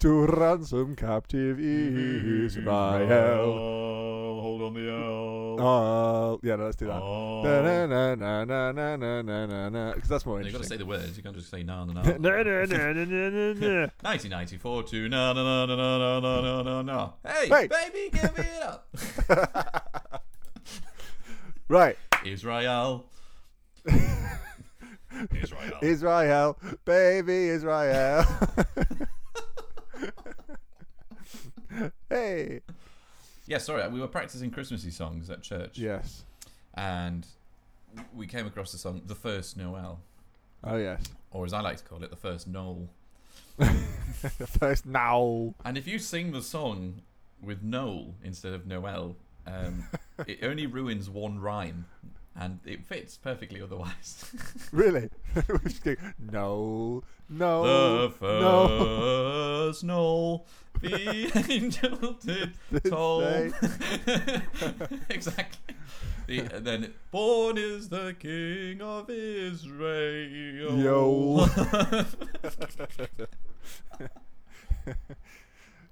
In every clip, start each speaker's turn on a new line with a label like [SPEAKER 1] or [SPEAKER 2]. [SPEAKER 1] to ransom captive Israel.
[SPEAKER 2] Mm-hmm. Oh, hold on the L.
[SPEAKER 1] Uh, yeah, no, let's do that.
[SPEAKER 2] Oh.
[SPEAKER 1] Na na na na na na na na na, because that's more
[SPEAKER 2] You've got to say
[SPEAKER 1] interesting.
[SPEAKER 2] the words. You can't just say na na na.
[SPEAKER 1] Na na na na na na. na.
[SPEAKER 2] 1994 to na na na na na na na na na. Hey,
[SPEAKER 1] Hey.
[SPEAKER 2] baby, give it up.
[SPEAKER 1] Right,
[SPEAKER 2] Israel. Israel.
[SPEAKER 1] Israel, baby Israel. hey.
[SPEAKER 2] yeah, sorry. We were practicing Christmassy songs at church.
[SPEAKER 1] Yes.
[SPEAKER 2] And we came across the song The First Noel,
[SPEAKER 1] Oh yes.
[SPEAKER 2] or as I like to call it, The First Noel.
[SPEAKER 1] The first now.
[SPEAKER 2] And if you sing the song with Noel instead of Noel, um, it only ruins one rhyme, and it fits perfectly otherwise.
[SPEAKER 1] Really? We're just going, no, no,
[SPEAKER 2] the
[SPEAKER 1] Oh, no.
[SPEAKER 2] first Noel, the angel did toll. exactly. The, and then, born is the King of Israel.
[SPEAKER 1] Yo.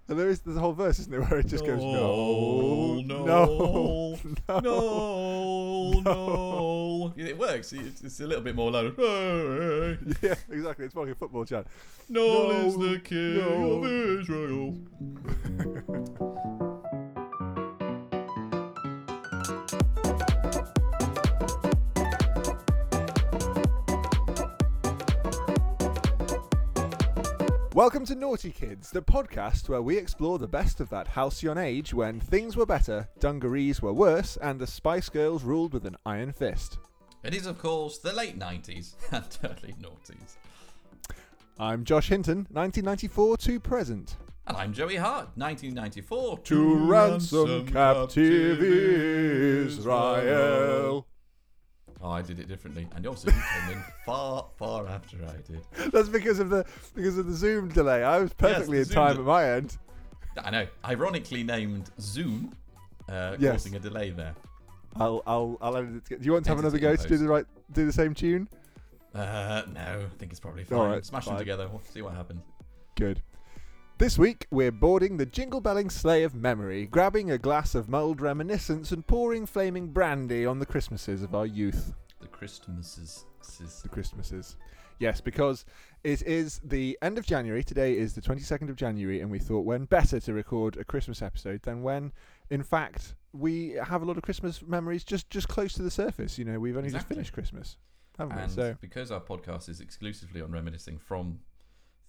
[SPEAKER 1] And there is there's a whole verse, isn't there, where it just goes no,
[SPEAKER 2] no,
[SPEAKER 1] no.
[SPEAKER 2] no, no, Yeah, It works. It's, it's a little bit more low. No,
[SPEAKER 1] Yeah, exactly. It's like a football chant.
[SPEAKER 2] is the king
[SPEAKER 1] No.
[SPEAKER 2] of Israel.
[SPEAKER 1] Welcome to Naughty Kids, the podcast where we explore the best of that halcyon age when things were better, dungarees were worse, and the Spice Girls ruled with an iron fist.
[SPEAKER 2] It is, of course, the late 90s and early noughties.
[SPEAKER 1] I'm Josh Hinton, 1994 to present.
[SPEAKER 2] And I'm Joey Hart, 1994. Oh, I did it differently. And also, you came in far, far after I did.
[SPEAKER 1] That's because of the because of the Zoom delay. I was perfectly
[SPEAKER 2] Yes, the
[SPEAKER 1] in time
[SPEAKER 2] Zoom
[SPEAKER 1] at my end.
[SPEAKER 2] I know. Ironically named Zoom, uh,
[SPEAKER 1] Yes.
[SPEAKER 2] causing a delay there.
[SPEAKER 1] I'll I'll I'll edit it. Together. Do you want to have
[SPEAKER 2] Edit
[SPEAKER 1] another
[SPEAKER 2] it in
[SPEAKER 1] go to do the right do the same tune?
[SPEAKER 2] Uh, no, I think it's probably fine.
[SPEAKER 1] All right,
[SPEAKER 2] Smash
[SPEAKER 1] fine.
[SPEAKER 2] them together. We'll see what happens.
[SPEAKER 1] Good. This week we're boarding the jingle belling sleigh of memory, grabbing a glass of mulled reminiscence and pouring flaming brandy on the Christmases of our youth.
[SPEAKER 2] The Christmases. sis-
[SPEAKER 1] The Christmases. Yes, because it is the end of January. Today is the 22nd of January, and we thought when better to record a Christmas episode than when, in fact, we have a lot of Christmas memories just just close to the surface. You know, we've only just
[SPEAKER 2] Exactly.
[SPEAKER 1] finished Christmas, haven't
[SPEAKER 2] And
[SPEAKER 1] we? So
[SPEAKER 2] because our podcast is exclusively on reminiscing from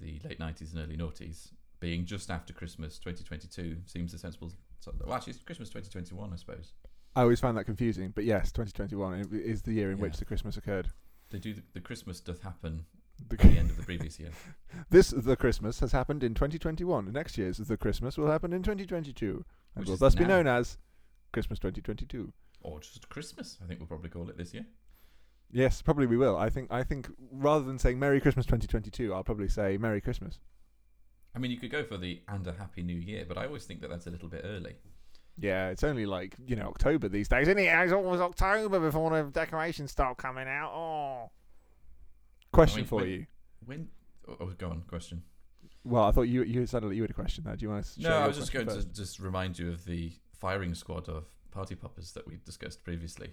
[SPEAKER 2] the late 90s and early noughties, being just after Christmas 2022 seems a sensible. so- Well, actually, it's Christmas 2021, I suppose.
[SPEAKER 1] I always find that confusing. But yes, 2021 i- is the year in which
[SPEAKER 2] Yeah.
[SPEAKER 1] the Christmas occurred.
[SPEAKER 2] They do the, the Christmas doth happen
[SPEAKER 1] The-
[SPEAKER 2] at the end of the previous year.
[SPEAKER 1] This the Christmas has happened in 2021. Next year's the Christmas will happen in 2022, and
[SPEAKER 2] Which
[SPEAKER 1] will
[SPEAKER 2] is
[SPEAKER 1] thus be
[SPEAKER 2] now.
[SPEAKER 1] known as Christmas 2022.
[SPEAKER 2] Or just Christmas, I think we'll probably call it this year.
[SPEAKER 1] Yes, probably we will. I think. I think rather than saying Merry Christmas 2022, I'll probably say Merry Christmas.
[SPEAKER 2] I mean, you could go for the and a happy new year, but I always think that that's a little bit early.
[SPEAKER 1] Yeah, it's only like you know October these days, isn't it? It's almost October before the decorations start coming out. Oh. Question
[SPEAKER 2] I mean,
[SPEAKER 1] for
[SPEAKER 2] when-
[SPEAKER 1] you.
[SPEAKER 2] When? Oh, oh, go on, question.
[SPEAKER 1] Well, I thought you you sounded like you had a question there. Do you want to?
[SPEAKER 2] No, I was just going to just remind you of the firing squad of party poppers that we discussed previously,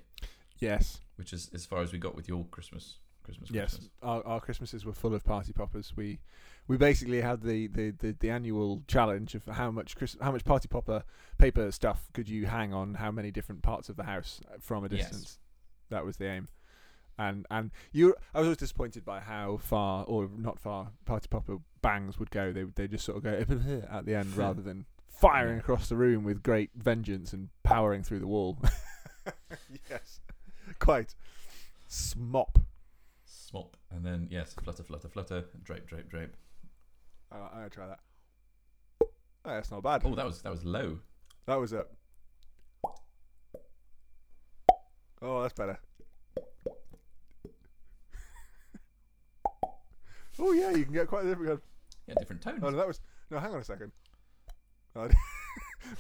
[SPEAKER 1] Yes.
[SPEAKER 2] which is as far as we got with your Christmas. Christmas,
[SPEAKER 1] Yes,
[SPEAKER 2] Christmas.
[SPEAKER 1] our, our Christmases were full of party poppers. We we basically had the, the, the, the annual challenge of how much Chris, how much party popper paper stuff could you hang on how many different parts of the house uh, from a
[SPEAKER 2] Yes.
[SPEAKER 1] distance. That was the aim. And and you, I was always disappointed by how far or not far party popper bangs would go. They they just sort of go at the end rather than firing across the room with great vengeance and powering through the wall. yes, quite smop.
[SPEAKER 2] Smop, and then yes, flutter, flutter, flutter, drape, drape, drape.
[SPEAKER 1] Uh, I'm gonna try that. Oh, that's not bad.
[SPEAKER 2] Oh, that was that was low.
[SPEAKER 1] That was it. Oh, that's better. oh yeah, you can get quite a different.
[SPEAKER 2] Yeah, different tone.
[SPEAKER 1] Oh no, that was no. Hang on a second. Oh, that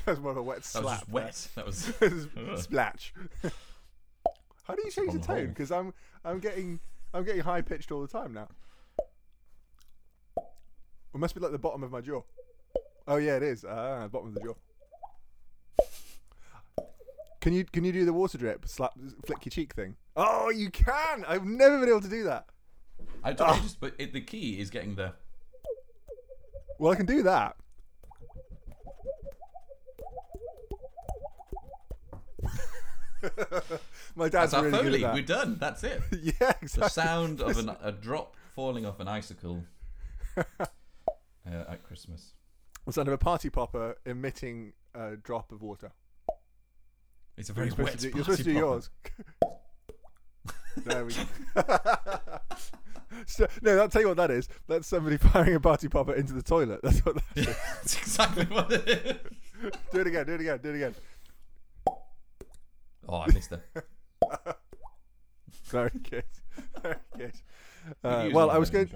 [SPEAKER 1] was more of a wet
[SPEAKER 2] that
[SPEAKER 1] slap.
[SPEAKER 2] was just wet. That was
[SPEAKER 1] there. Splatch. How do you change the
[SPEAKER 2] Just on the
[SPEAKER 1] tone?
[SPEAKER 2] whole.
[SPEAKER 1] Because I'm I'm getting I'm getting high pitched all the time now. It must be like the bottom of my jaw. Oh yeah, it is. Ah, bottom of the jaw. Can you can you do the water drip slap flick your cheek thing? Oh, you can. I've never been able to do that.
[SPEAKER 2] I
[SPEAKER 1] Oh.
[SPEAKER 2] don't I just, but it, the key is getting the.
[SPEAKER 1] Well, I can do that. My dad's
[SPEAKER 2] That's our
[SPEAKER 1] really good
[SPEAKER 2] foley.
[SPEAKER 1] at
[SPEAKER 2] We're
[SPEAKER 1] that.
[SPEAKER 2] done. That's it.
[SPEAKER 1] yeah,
[SPEAKER 2] The
[SPEAKER 1] exactly.
[SPEAKER 2] sound of an, a drop falling off an icicle uh, at Christmas.
[SPEAKER 1] The sound of a party popper emitting a drop of water.
[SPEAKER 2] It's a very
[SPEAKER 1] you're supposed
[SPEAKER 2] wet.
[SPEAKER 1] to do,
[SPEAKER 2] party
[SPEAKER 1] you're supposed to do
[SPEAKER 2] popper.
[SPEAKER 1] yours. there we go. so, no, I'll tell you what that is. That's somebody firing a party popper into the toilet. That's what that is.
[SPEAKER 2] That's exactly what it is.
[SPEAKER 1] do it again, do it again, do it again.
[SPEAKER 2] Oh, I missed that.
[SPEAKER 1] Very good. Very good. Uh, well, I was going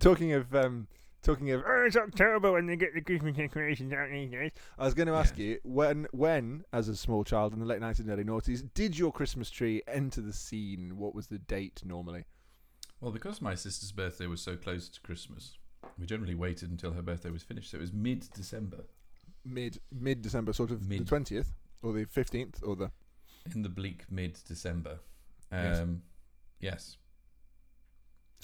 [SPEAKER 1] talking of um, talking of oh, it's October when they get the Christmas decorations out these days. I was going to ask
[SPEAKER 2] Yes.
[SPEAKER 1] you when when as a small child in the late 1990s and early noughties, did your Christmas tree enter the scene? What was the date normally?
[SPEAKER 2] Well, because my sister's birthday was so close to Christmas, we generally waited until her birthday was finished. So it was mid December
[SPEAKER 1] Mid mid December, sort of the
[SPEAKER 2] Mid.
[SPEAKER 1] 20th or the 15th or the
[SPEAKER 2] in the bleak mid December.
[SPEAKER 1] Yes.
[SPEAKER 2] Um, yes.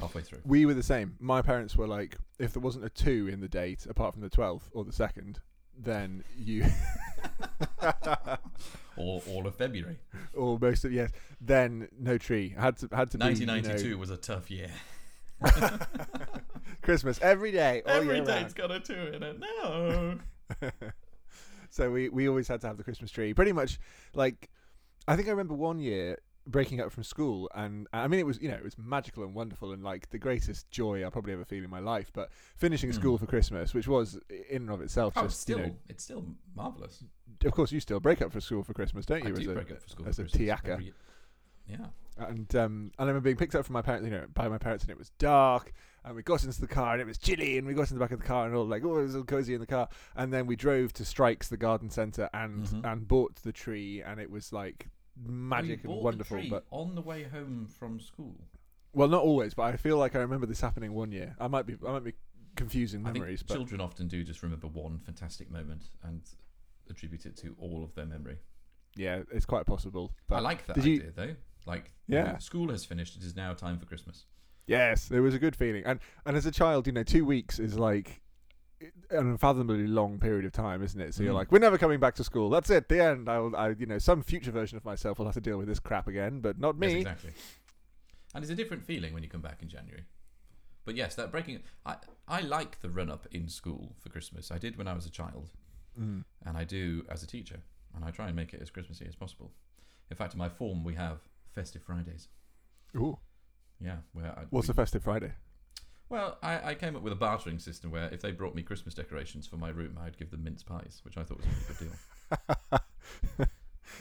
[SPEAKER 2] Halfway through.
[SPEAKER 1] we were the same. My parents were like, if there wasn't a two in the date, apart from the twelfth or the second, then you
[SPEAKER 2] Or all of February.
[SPEAKER 1] or most of yes, then no tree. Had to had to be you know,
[SPEAKER 2] 1992 was a tough year.
[SPEAKER 1] Christmas every day. All
[SPEAKER 2] Every
[SPEAKER 1] year
[SPEAKER 2] date's got a two in it. No. Oh,
[SPEAKER 1] round. so we we always had to have the Christmas tree. Pretty much like I think I remember one year breaking up from school and I mean it was you know it was magical and wonderful and like the greatest joy I'll probably ever feel in my life but finishing
[SPEAKER 2] Mm.
[SPEAKER 1] school for Christmas which was in and of itself
[SPEAKER 2] Oh, it's
[SPEAKER 1] just
[SPEAKER 2] still,
[SPEAKER 1] you know
[SPEAKER 2] it's still marvelous.
[SPEAKER 1] of course, you still break up for school for Christmas, don't
[SPEAKER 2] I
[SPEAKER 1] you?
[SPEAKER 2] do
[SPEAKER 1] as a-
[SPEAKER 2] break up for school
[SPEAKER 1] as
[SPEAKER 2] for
[SPEAKER 1] a
[SPEAKER 2] Christmas
[SPEAKER 1] tiaka.
[SPEAKER 2] every year. Yeah.
[SPEAKER 1] And um, I remember being picked up from my parents, you know, by my parents, and it was dark. And we got into the car, and it was chilly. And we got in the back of the car, and all like, oh, it was all cozy in the car. And then we drove to Strikes, the garden centre, and
[SPEAKER 2] Mhm.
[SPEAKER 1] and bought the tree, and it was like
[SPEAKER 2] Oh, you
[SPEAKER 1] magic
[SPEAKER 2] bought
[SPEAKER 1] and
[SPEAKER 2] the
[SPEAKER 1] wonderful.
[SPEAKER 2] tree
[SPEAKER 1] But
[SPEAKER 2] on the way home from school,
[SPEAKER 1] well, not always. But I feel like I remember this happening one year. I might be, I might be confusing memories,
[SPEAKER 2] I think
[SPEAKER 1] but
[SPEAKER 2] children often do just remember one fantastic moment and attribute it to all of their memory.
[SPEAKER 1] yeah, it's quite possible. But
[SPEAKER 2] I like that
[SPEAKER 1] did
[SPEAKER 2] idea
[SPEAKER 1] you-
[SPEAKER 2] though. Like,
[SPEAKER 1] Yeah.
[SPEAKER 2] school has finished. It is now time for Christmas.
[SPEAKER 1] Yes, it was a good feeling, and and as a child, you know, two weeks is like an unfathomably long period of time, isn't it? So you're
[SPEAKER 2] Mm.
[SPEAKER 1] like, we're never coming back to school. That's it. The end. I'll, I, you know, some future version of myself will have to deal with this crap again, but not
[SPEAKER 2] Yes,
[SPEAKER 1] me.
[SPEAKER 2] exactly. And it's a different feeling when you come back in January. But yes, that breaking. I I like the run up in school for Christmas. I did when I was a child,
[SPEAKER 1] Mm.
[SPEAKER 2] and I do as a teacher, and I try and make it as Christmassy as possible. In fact, in my form, we have festive Fridays.
[SPEAKER 1] Ooh,
[SPEAKER 2] Yeah, where I,
[SPEAKER 1] what's
[SPEAKER 2] we-
[SPEAKER 1] a festive Friday?
[SPEAKER 2] Well, I, I came up with a bartering system where if they brought me Christmas decorations for my room, I'd give them mince pies, which I thought was a pretty good deal.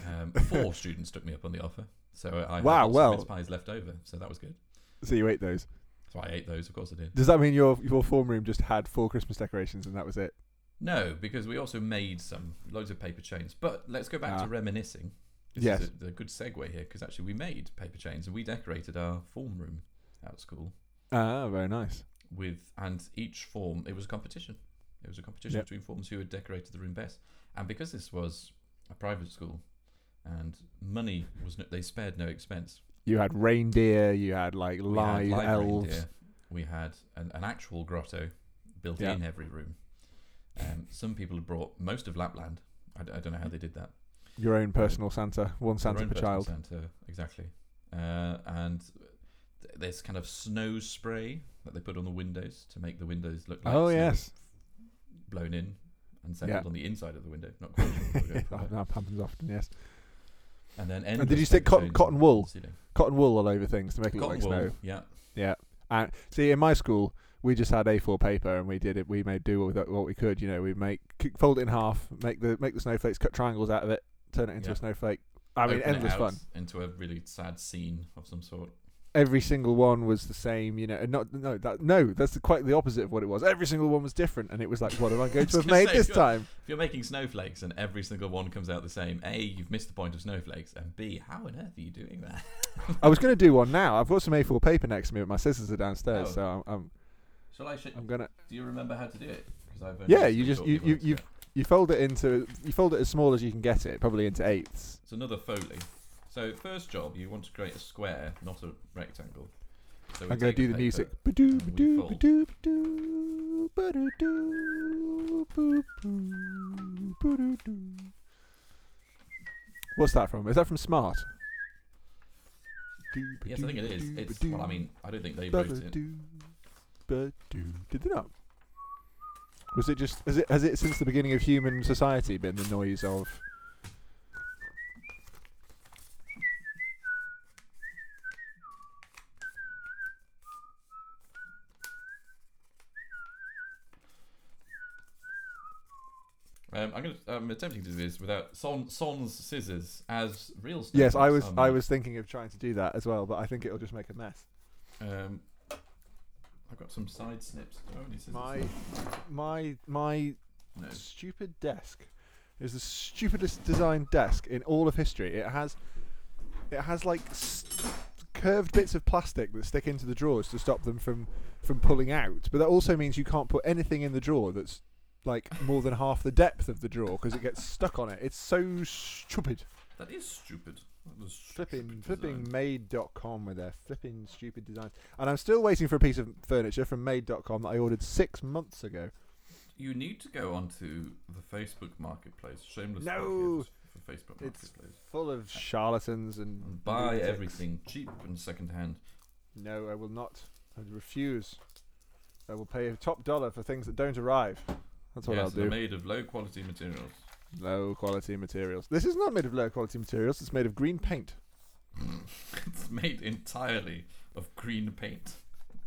[SPEAKER 2] um, four students took me up on the offer, so I had
[SPEAKER 1] Wow,
[SPEAKER 2] lots of
[SPEAKER 1] well-
[SPEAKER 2] mince pies left over, so that was good.
[SPEAKER 1] So you ate those.
[SPEAKER 2] So I ate those, of course I did.
[SPEAKER 1] Does that mean your your form room just had four Christmas decorations and that was it?
[SPEAKER 2] No, because we also made some loads of paper chains. But let's go back
[SPEAKER 1] Ah.
[SPEAKER 2] to reminiscing. This
[SPEAKER 1] Yes.
[SPEAKER 2] is a, a good segue here because actually we made paper chains and we decorated our form room at school
[SPEAKER 1] Ah, very nice.
[SPEAKER 2] with and each form it was a competition it was a competition
[SPEAKER 1] Yep.
[SPEAKER 2] between forms who had decorated the room best and because this was a private school and money was no, they spared no expense
[SPEAKER 1] You had reindeer. You had like
[SPEAKER 2] we had
[SPEAKER 1] live,
[SPEAKER 2] live
[SPEAKER 1] elves.
[SPEAKER 2] reindeer, we had an, an actual grotto built
[SPEAKER 1] Yeah.
[SPEAKER 2] in every room um, some people had brought most of lapland I, d- I don't know how they did that
[SPEAKER 1] Your own personal Santa, one
[SPEAKER 2] Their
[SPEAKER 1] Santa
[SPEAKER 2] own
[SPEAKER 1] per
[SPEAKER 2] personal
[SPEAKER 1] child.
[SPEAKER 2] Santa, exactly. Uh, and th- this kind of snow spray that they put on the windows to make the windows look like
[SPEAKER 1] Oh
[SPEAKER 2] snow
[SPEAKER 1] yes,
[SPEAKER 2] blown in and settled
[SPEAKER 1] Yeah.
[SPEAKER 2] on the inside of the window, not quite. sure what we're going for, but-
[SPEAKER 1] that happens often. Yes.
[SPEAKER 2] and then
[SPEAKER 1] did
[SPEAKER 2] endless
[SPEAKER 1] you stick
[SPEAKER 2] paper
[SPEAKER 1] cotton-
[SPEAKER 2] chains
[SPEAKER 1] cotton
[SPEAKER 2] on
[SPEAKER 1] wool?
[SPEAKER 2] the ceiling.
[SPEAKER 1] cotton wool all over things to make it
[SPEAKER 2] Cotton
[SPEAKER 1] look like
[SPEAKER 2] wool,
[SPEAKER 1] snow.
[SPEAKER 2] yeah.
[SPEAKER 1] And see, in my school, we just had A4 paper and we did it. We made do with it- what we could. You know, we make c- fold it in half, make the make the snowflakes, cut triangles out of it, turn it into a
[SPEAKER 2] Yeah.
[SPEAKER 1] snowflake. I mean,
[SPEAKER 2] Open it
[SPEAKER 1] endless
[SPEAKER 2] out
[SPEAKER 1] fun.
[SPEAKER 2] Into a really sad scene of some sort.
[SPEAKER 1] Every single one was the same. You know, and not no that no. That's the, quite the opposite of what it was. Every single one was different, and it was like, what am I going to
[SPEAKER 2] was
[SPEAKER 1] have
[SPEAKER 2] gonna
[SPEAKER 1] made
[SPEAKER 2] say,
[SPEAKER 1] this
[SPEAKER 2] you're-
[SPEAKER 1] time?
[SPEAKER 2] If you're making snowflakes and every single one comes out the same, A, you've missed the point of snowflakes, and B, how on earth are you doing that?
[SPEAKER 1] I was going to do one now. I've got some A4 paper next to me, but my sisters are downstairs,
[SPEAKER 2] Oh.
[SPEAKER 1] so I'm I'm,
[SPEAKER 2] Shall I? Sh-
[SPEAKER 1] I'm gonna.
[SPEAKER 2] do you remember how to do it? Because so I've only
[SPEAKER 1] Yeah,
[SPEAKER 2] just
[SPEAKER 1] you
[SPEAKER 2] been
[SPEAKER 1] just
[SPEAKER 2] talking
[SPEAKER 1] you,
[SPEAKER 2] about
[SPEAKER 1] you
[SPEAKER 2] it.
[SPEAKER 1] you you fold it into you fold it as small as you can get it, probably into eighths.
[SPEAKER 2] It's another Foley. So first job, you want to create a square, not a rectangle. So we
[SPEAKER 1] I'm gonna
[SPEAKER 2] take
[SPEAKER 1] do the
[SPEAKER 2] paper.
[SPEAKER 1] music. Ba-doo,
[SPEAKER 2] and we
[SPEAKER 1] ba-doo,
[SPEAKER 2] fold.
[SPEAKER 1] ba-doo, ba-doo, ba-doo-doo, boo-boo, ba-doo-doo. What's that from? Is that from Smart?
[SPEAKER 2] Yes, I think it is. It's well, I mean, I don't think they wrote it.
[SPEAKER 1] Ba-doo, ba-doo. Did they not? Was it just? Has it? Has it since the beginning of human society been the noise of?
[SPEAKER 2] Um, I'm, gonna, I'm attempting to do this without Son, Son's scissors as real.
[SPEAKER 1] Yes, I was.
[SPEAKER 2] staples
[SPEAKER 1] I
[SPEAKER 2] are
[SPEAKER 1] was thinking of trying to do that as well, but I think it'll just make a mess.
[SPEAKER 2] made. Um, I've got some side snips. Do I have any scissors?
[SPEAKER 1] My, my, my
[SPEAKER 2] No.
[SPEAKER 1] stupid desk is the stupidest designed desk in all of history. It has, it has like s- curved bits of plastic that stick into the drawers to stop them from from pulling out. But that also means you can't put anything in the drawer that's like more than half the depth of the drawer because it gets stuck on it. It's so stupid.
[SPEAKER 2] That is stupid. That was stupid
[SPEAKER 1] Flipping,
[SPEAKER 2] design.
[SPEAKER 1] flipping made.com with their flipping stupid designs. And I'm still waiting for a piece of furniture from made.com that I ordered six months ago.
[SPEAKER 2] You need to go onto the Facebook Marketplace. Shameless plug
[SPEAKER 1] No.
[SPEAKER 2] here for Facebook
[SPEAKER 1] It's
[SPEAKER 2] Marketplace.
[SPEAKER 1] full of charlatans and.
[SPEAKER 2] And buy
[SPEAKER 1] lunatics.
[SPEAKER 2] everything cheap and secondhand.
[SPEAKER 1] No, I will not. I refuse. I will pay top dollar for things that don't arrive. That's what
[SPEAKER 2] yes,
[SPEAKER 1] I'll
[SPEAKER 2] and they're
[SPEAKER 1] do.
[SPEAKER 2] made of low quality materials.
[SPEAKER 1] Low quality materials. This is not made of low quality materials, it's made of green paint.
[SPEAKER 2] it's made entirely of green paint.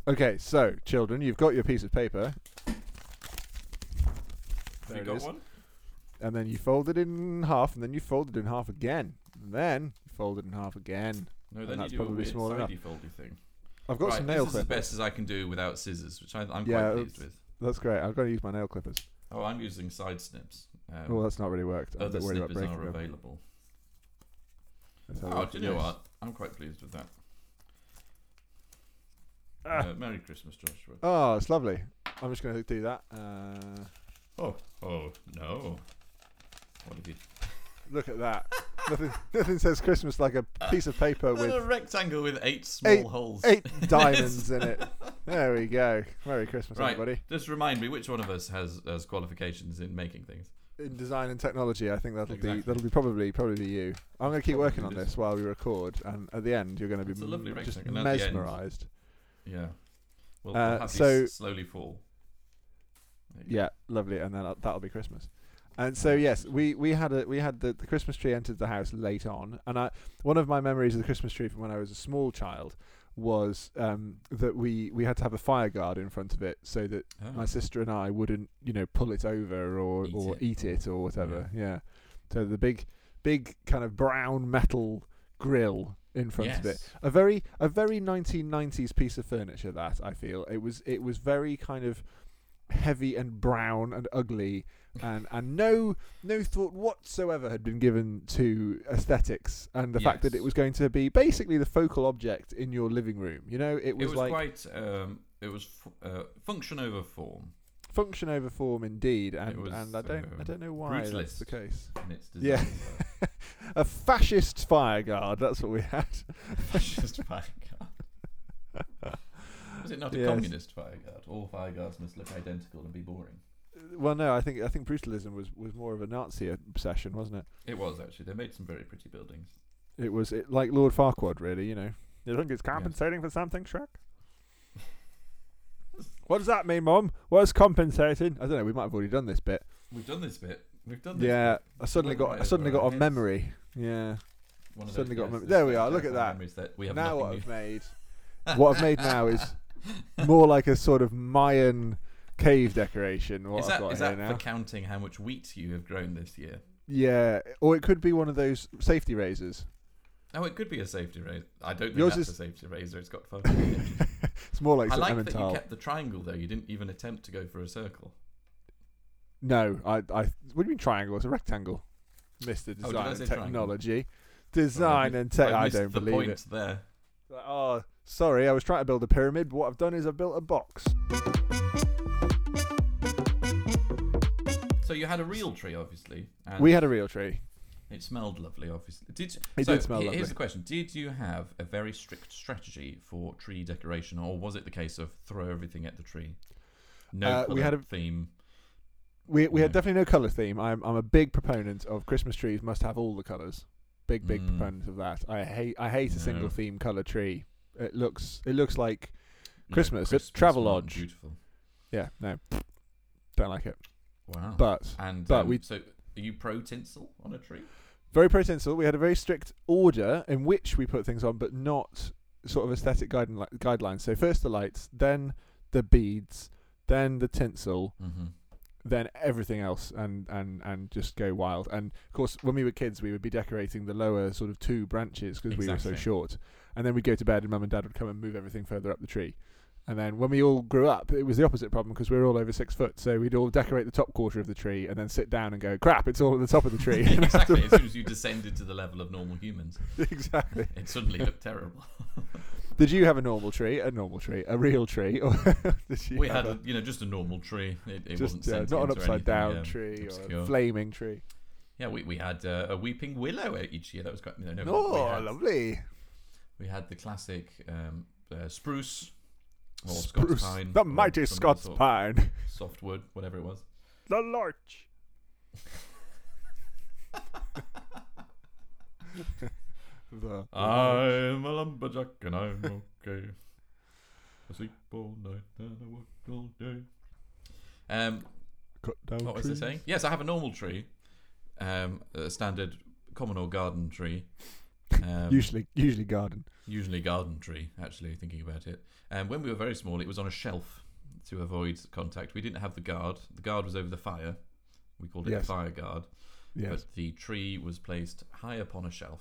[SPEAKER 1] Okay, so, children, you've got your piece of paper.
[SPEAKER 2] Have
[SPEAKER 1] There
[SPEAKER 2] you
[SPEAKER 1] it
[SPEAKER 2] got
[SPEAKER 1] is.
[SPEAKER 2] one?
[SPEAKER 1] and then you fold it in half, and then you fold it in half again, and then you fold it in half again.
[SPEAKER 2] No,
[SPEAKER 1] And
[SPEAKER 2] then you
[SPEAKER 1] that's
[SPEAKER 2] do a
[SPEAKER 1] probably
[SPEAKER 2] weird
[SPEAKER 1] small enough.
[SPEAKER 2] sidey foldy thing.
[SPEAKER 1] I've got
[SPEAKER 2] right,
[SPEAKER 1] some nail
[SPEAKER 2] this is as
[SPEAKER 1] clippers.
[SPEAKER 2] best as I can do without scissors, which I, I'm
[SPEAKER 1] Yeah,
[SPEAKER 2] quite
[SPEAKER 1] it's-
[SPEAKER 2] pleased with.
[SPEAKER 1] That's great. I've got to use my nail clippers.
[SPEAKER 2] Oh, I'm using side snips. Um,
[SPEAKER 1] well, that's not really worked. I'm a
[SPEAKER 2] other
[SPEAKER 1] bit worried about
[SPEAKER 2] snippers
[SPEAKER 1] breaking
[SPEAKER 2] are
[SPEAKER 1] them.
[SPEAKER 2] available.
[SPEAKER 1] That's how
[SPEAKER 2] Oh,
[SPEAKER 1] lucky
[SPEAKER 2] do you know
[SPEAKER 1] it is.
[SPEAKER 2] what? I'm quite pleased with that.
[SPEAKER 1] Ah.
[SPEAKER 2] Uh, Merry Christmas, Joshua.
[SPEAKER 1] Oh, it's lovely. I'm just going to do that. Uh,
[SPEAKER 2] Oh, oh no! What have you?
[SPEAKER 1] look at that. nothing, nothing says Christmas like a piece of paper
[SPEAKER 2] a
[SPEAKER 1] Uh, with
[SPEAKER 2] little rectangle with eight small
[SPEAKER 1] Eight-
[SPEAKER 2] holes.
[SPEAKER 1] eight diamonds in it. There we go. Merry Christmas,
[SPEAKER 2] Right.
[SPEAKER 1] everybody.
[SPEAKER 2] Just remind me which one of us has has qualifications in making things.
[SPEAKER 1] In design and technology, I think that'll
[SPEAKER 2] Exactly.
[SPEAKER 1] be that'll be probably probably be you. I'm going to keep working on
[SPEAKER 2] Probably it is.
[SPEAKER 1] this while we record, and at the end, you're going to be
[SPEAKER 2] It's a lovely
[SPEAKER 1] m- just
[SPEAKER 2] rectangle, and at the end-
[SPEAKER 1] mesmerised.
[SPEAKER 2] Yeah.
[SPEAKER 1] Uh,
[SPEAKER 2] Well, we'll have these
[SPEAKER 1] so-
[SPEAKER 2] slowly fall. There you go.
[SPEAKER 1] Yeah, lovely, and then that'll, that'll be Christmas. And so yes, we, we had a we had the, the Christmas tree entered the house late on, and I one of my memories of the Christmas tree from when I was a small child was um, that we, we had to have a fire guard in front of it so that
[SPEAKER 2] Oh.
[SPEAKER 1] my sister and I wouldn't you know pull it over or
[SPEAKER 2] Eat
[SPEAKER 1] or
[SPEAKER 2] it.
[SPEAKER 1] eat it or whatever. Yeah. So the big big kind of brown metal grill in front of it
[SPEAKER 2] Yes.
[SPEAKER 1] a very a very 1990s piece of furniture that I feel it was it was very kind of heavy and brown and ugly and and no no thought whatsoever had been given to aesthetics and the fact that
[SPEAKER 2] Yes.
[SPEAKER 1] it was going to be basically the focal object in your living room you know it
[SPEAKER 2] It
[SPEAKER 1] was,
[SPEAKER 2] was,
[SPEAKER 1] like
[SPEAKER 2] quite. Um, it was f- uh, function over form
[SPEAKER 1] function over form indeed and
[SPEAKER 2] was,
[SPEAKER 1] and I don't I
[SPEAKER 2] uh,
[SPEAKER 1] don't know why that's the
[SPEAKER 2] brutalist.
[SPEAKER 1] case
[SPEAKER 2] in its design.
[SPEAKER 1] Yeah. a fascist fire guard that's what we had
[SPEAKER 2] Fascist fireguard. Was it not a
[SPEAKER 1] Yes.
[SPEAKER 2] communist fireguard? All fireguards must look identical and be boring.
[SPEAKER 1] well no I think I think brutalism was was more of a Nazi obsession wasn't it
[SPEAKER 2] It was actually. They made some very pretty buildings.
[SPEAKER 1] It was it, like Lord Farquaad, really, you know. You think it's compensating for something, Shrek? what does that mean, Mum? What's compensating? I don't know. We might have already done this bit.
[SPEAKER 2] We've done this bit. We've done this.
[SPEAKER 1] Yeah,
[SPEAKER 2] bit.
[SPEAKER 1] I suddenly
[SPEAKER 2] Went
[SPEAKER 1] got
[SPEAKER 2] right
[SPEAKER 1] I suddenly
[SPEAKER 2] over
[SPEAKER 1] got
[SPEAKER 2] our
[SPEAKER 1] a
[SPEAKER 2] heads.
[SPEAKER 1] memory. Yeah.
[SPEAKER 2] One of
[SPEAKER 1] Suddenly got a
[SPEAKER 2] yes,
[SPEAKER 1] mem-
[SPEAKER 2] this
[SPEAKER 1] there we
[SPEAKER 2] terrifying
[SPEAKER 1] are, look at that.
[SPEAKER 2] memories that we have
[SPEAKER 1] Now
[SPEAKER 2] nothing
[SPEAKER 1] what
[SPEAKER 2] new.
[SPEAKER 1] I've made, what I've made now is more like a sort of Mayan cave decoration. What
[SPEAKER 2] Is
[SPEAKER 1] I've
[SPEAKER 2] that,
[SPEAKER 1] got
[SPEAKER 2] is
[SPEAKER 1] here
[SPEAKER 2] that
[SPEAKER 1] now.
[SPEAKER 2] for counting how much wheat you have grown this year?
[SPEAKER 1] yeah, or it could be one of those safety razors.
[SPEAKER 2] Oh, it could be a safety razor. I don't think
[SPEAKER 1] Yours
[SPEAKER 2] that's
[SPEAKER 1] is-
[SPEAKER 2] a safety razor. It's got photos.
[SPEAKER 1] It's more like
[SPEAKER 2] I
[SPEAKER 1] some
[SPEAKER 2] like that you
[SPEAKER 1] Emmental.
[SPEAKER 2] kept the triangle though. You didn't even attempt to go for a circle.
[SPEAKER 1] No, I, I. What do you mean triangle? It's a rectangle, Mister
[SPEAKER 2] Oh, I
[SPEAKER 1] Design and
[SPEAKER 2] say triangle?
[SPEAKER 1] Technology. Design
[SPEAKER 2] mi-
[SPEAKER 1] and tech.
[SPEAKER 2] I
[SPEAKER 1] I
[SPEAKER 2] missed
[SPEAKER 1] don't
[SPEAKER 2] the
[SPEAKER 1] believe
[SPEAKER 2] point
[SPEAKER 1] it.
[SPEAKER 2] there.
[SPEAKER 1] Like, oh, sorry, I was trying to build a pyramid. But what I've done is I've built a box.
[SPEAKER 2] So you had a real tree, obviously. And
[SPEAKER 1] we had a real tree.
[SPEAKER 2] It smelled lovely, obviously. Did
[SPEAKER 1] It
[SPEAKER 2] so
[SPEAKER 1] did smell
[SPEAKER 2] he-
[SPEAKER 1] lovely.
[SPEAKER 2] Here's the question: Did you have a very strict strategy for tree decoration, or was it the case of throw everything at the tree? No,
[SPEAKER 1] Uh, we had
[SPEAKER 2] colour theme.
[SPEAKER 1] We we had
[SPEAKER 2] Yeah.
[SPEAKER 1] definitely no color theme. I'm I'm a big proponent of Christmas trees must have all the colors. Big big
[SPEAKER 2] Mm.
[SPEAKER 1] proponent of that. I hate I hate a
[SPEAKER 2] No.
[SPEAKER 1] single theme color tree. It looks it looks like
[SPEAKER 2] you know,
[SPEAKER 1] Christmas,
[SPEAKER 2] crisp and
[SPEAKER 1] Travelodge.
[SPEAKER 2] smart and Beautiful.
[SPEAKER 1] yeah no don't like
[SPEAKER 2] Oh.
[SPEAKER 1] it.
[SPEAKER 2] Wow.
[SPEAKER 1] But
[SPEAKER 2] and
[SPEAKER 1] but
[SPEAKER 2] um,
[SPEAKER 1] we-
[SPEAKER 2] so are you pro tinsel on a tree?
[SPEAKER 1] very pro tinsel. We had a very strict order in which we put things on, but not sort of aesthetic guide- guidelines. So first the lights, then the beads, then the tinsel,
[SPEAKER 2] Mm-hmm.
[SPEAKER 1] then everything else, and and and just go wild. And of course, when we were kids, we would be decorating the lower sort of two branches because we were so
[SPEAKER 2] Exactly.
[SPEAKER 1] short. And then we'd go to bed, and mum and dad would come and move everything further up the tree. And then when we all grew up, it was the opposite problem because we were all over six foot. So we'd all decorate the top quarter of the tree and then sit down and go, crap, it's all at the top of the tree. And have to
[SPEAKER 2] exactly. As soon as you descended to the level of normal humans,
[SPEAKER 1] exactly.
[SPEAKER 2] it suddenly looked terrible.
[SPEAKER 1] Did you have a normal tree? A normal tree? A real tree? Or did you
[SPEAKER 2] we
[SPEAKER 1] have
[SPEAKER 2] had, a, you know, just a normal tree. It, it
[SPEAKER 1] a, just
[SPEAKER 2] wasn't
[SPEAKER 1] yeah,
[SPEAKER 2] sentient
[SPEAKER 1] not an
[SPEAKER 2] or
[SPEAKER 1] upside down
[SPEAKER 2] anything, yeah,
[SPEAKER 1] tree or
[SPEAKER 2] obscure.
[SPEAKER 1] a flaming tree?
[SPEAKER 2] Yeah, we, we had uh, a weeping willow each year. That was quite. You know, no, we,
[SPEAKER 1] oh,
[SPEAKER 2] had,
[SPEAKER 1] lovely.
[SPEAKER 2] we had the classic um, uh, spruce or
[SPEAKER 1] Spruce,
[SPEAKER 2] Scots pine.
[SPEAKER 1] the
[SPEAKER 2] or
[SPEAKER 1] mighty
[SPEAKER 2] some
[SPEAKER 1] Scots
[SPEAKER 2] sort of
[SPEAKER 1] pine,
[SPEAKER 2] Softwood, whatever it was.
[SPEAKER 1] the larch. the
[SPEAKER 2] I'm a lumberjack and I'm okay. I sleep all night and I work all day. Um,
[SPEAKER 1] cut down
[SPEAKER 2] what was I
[SPEAKER 1] trees.
[SPEAKER 2] saying? Yes, I have a normal tree, um, a standard common or garden tree. Um,
[SPEAKER 1] usually, usually garden.
[SPEAKER 2] usually garden tree. Actually, thinking about it, um, when we were very small, it was on a shelf to avoid contact. We didn't have the guard. The guard was over the fire. We called it the
[SPEAKER 1] Yes.
[SPEAKER 2] fire guard.
[SPEAKER 1] Yes.
[SPEAKER 2] But the tree was placed high upon a shelf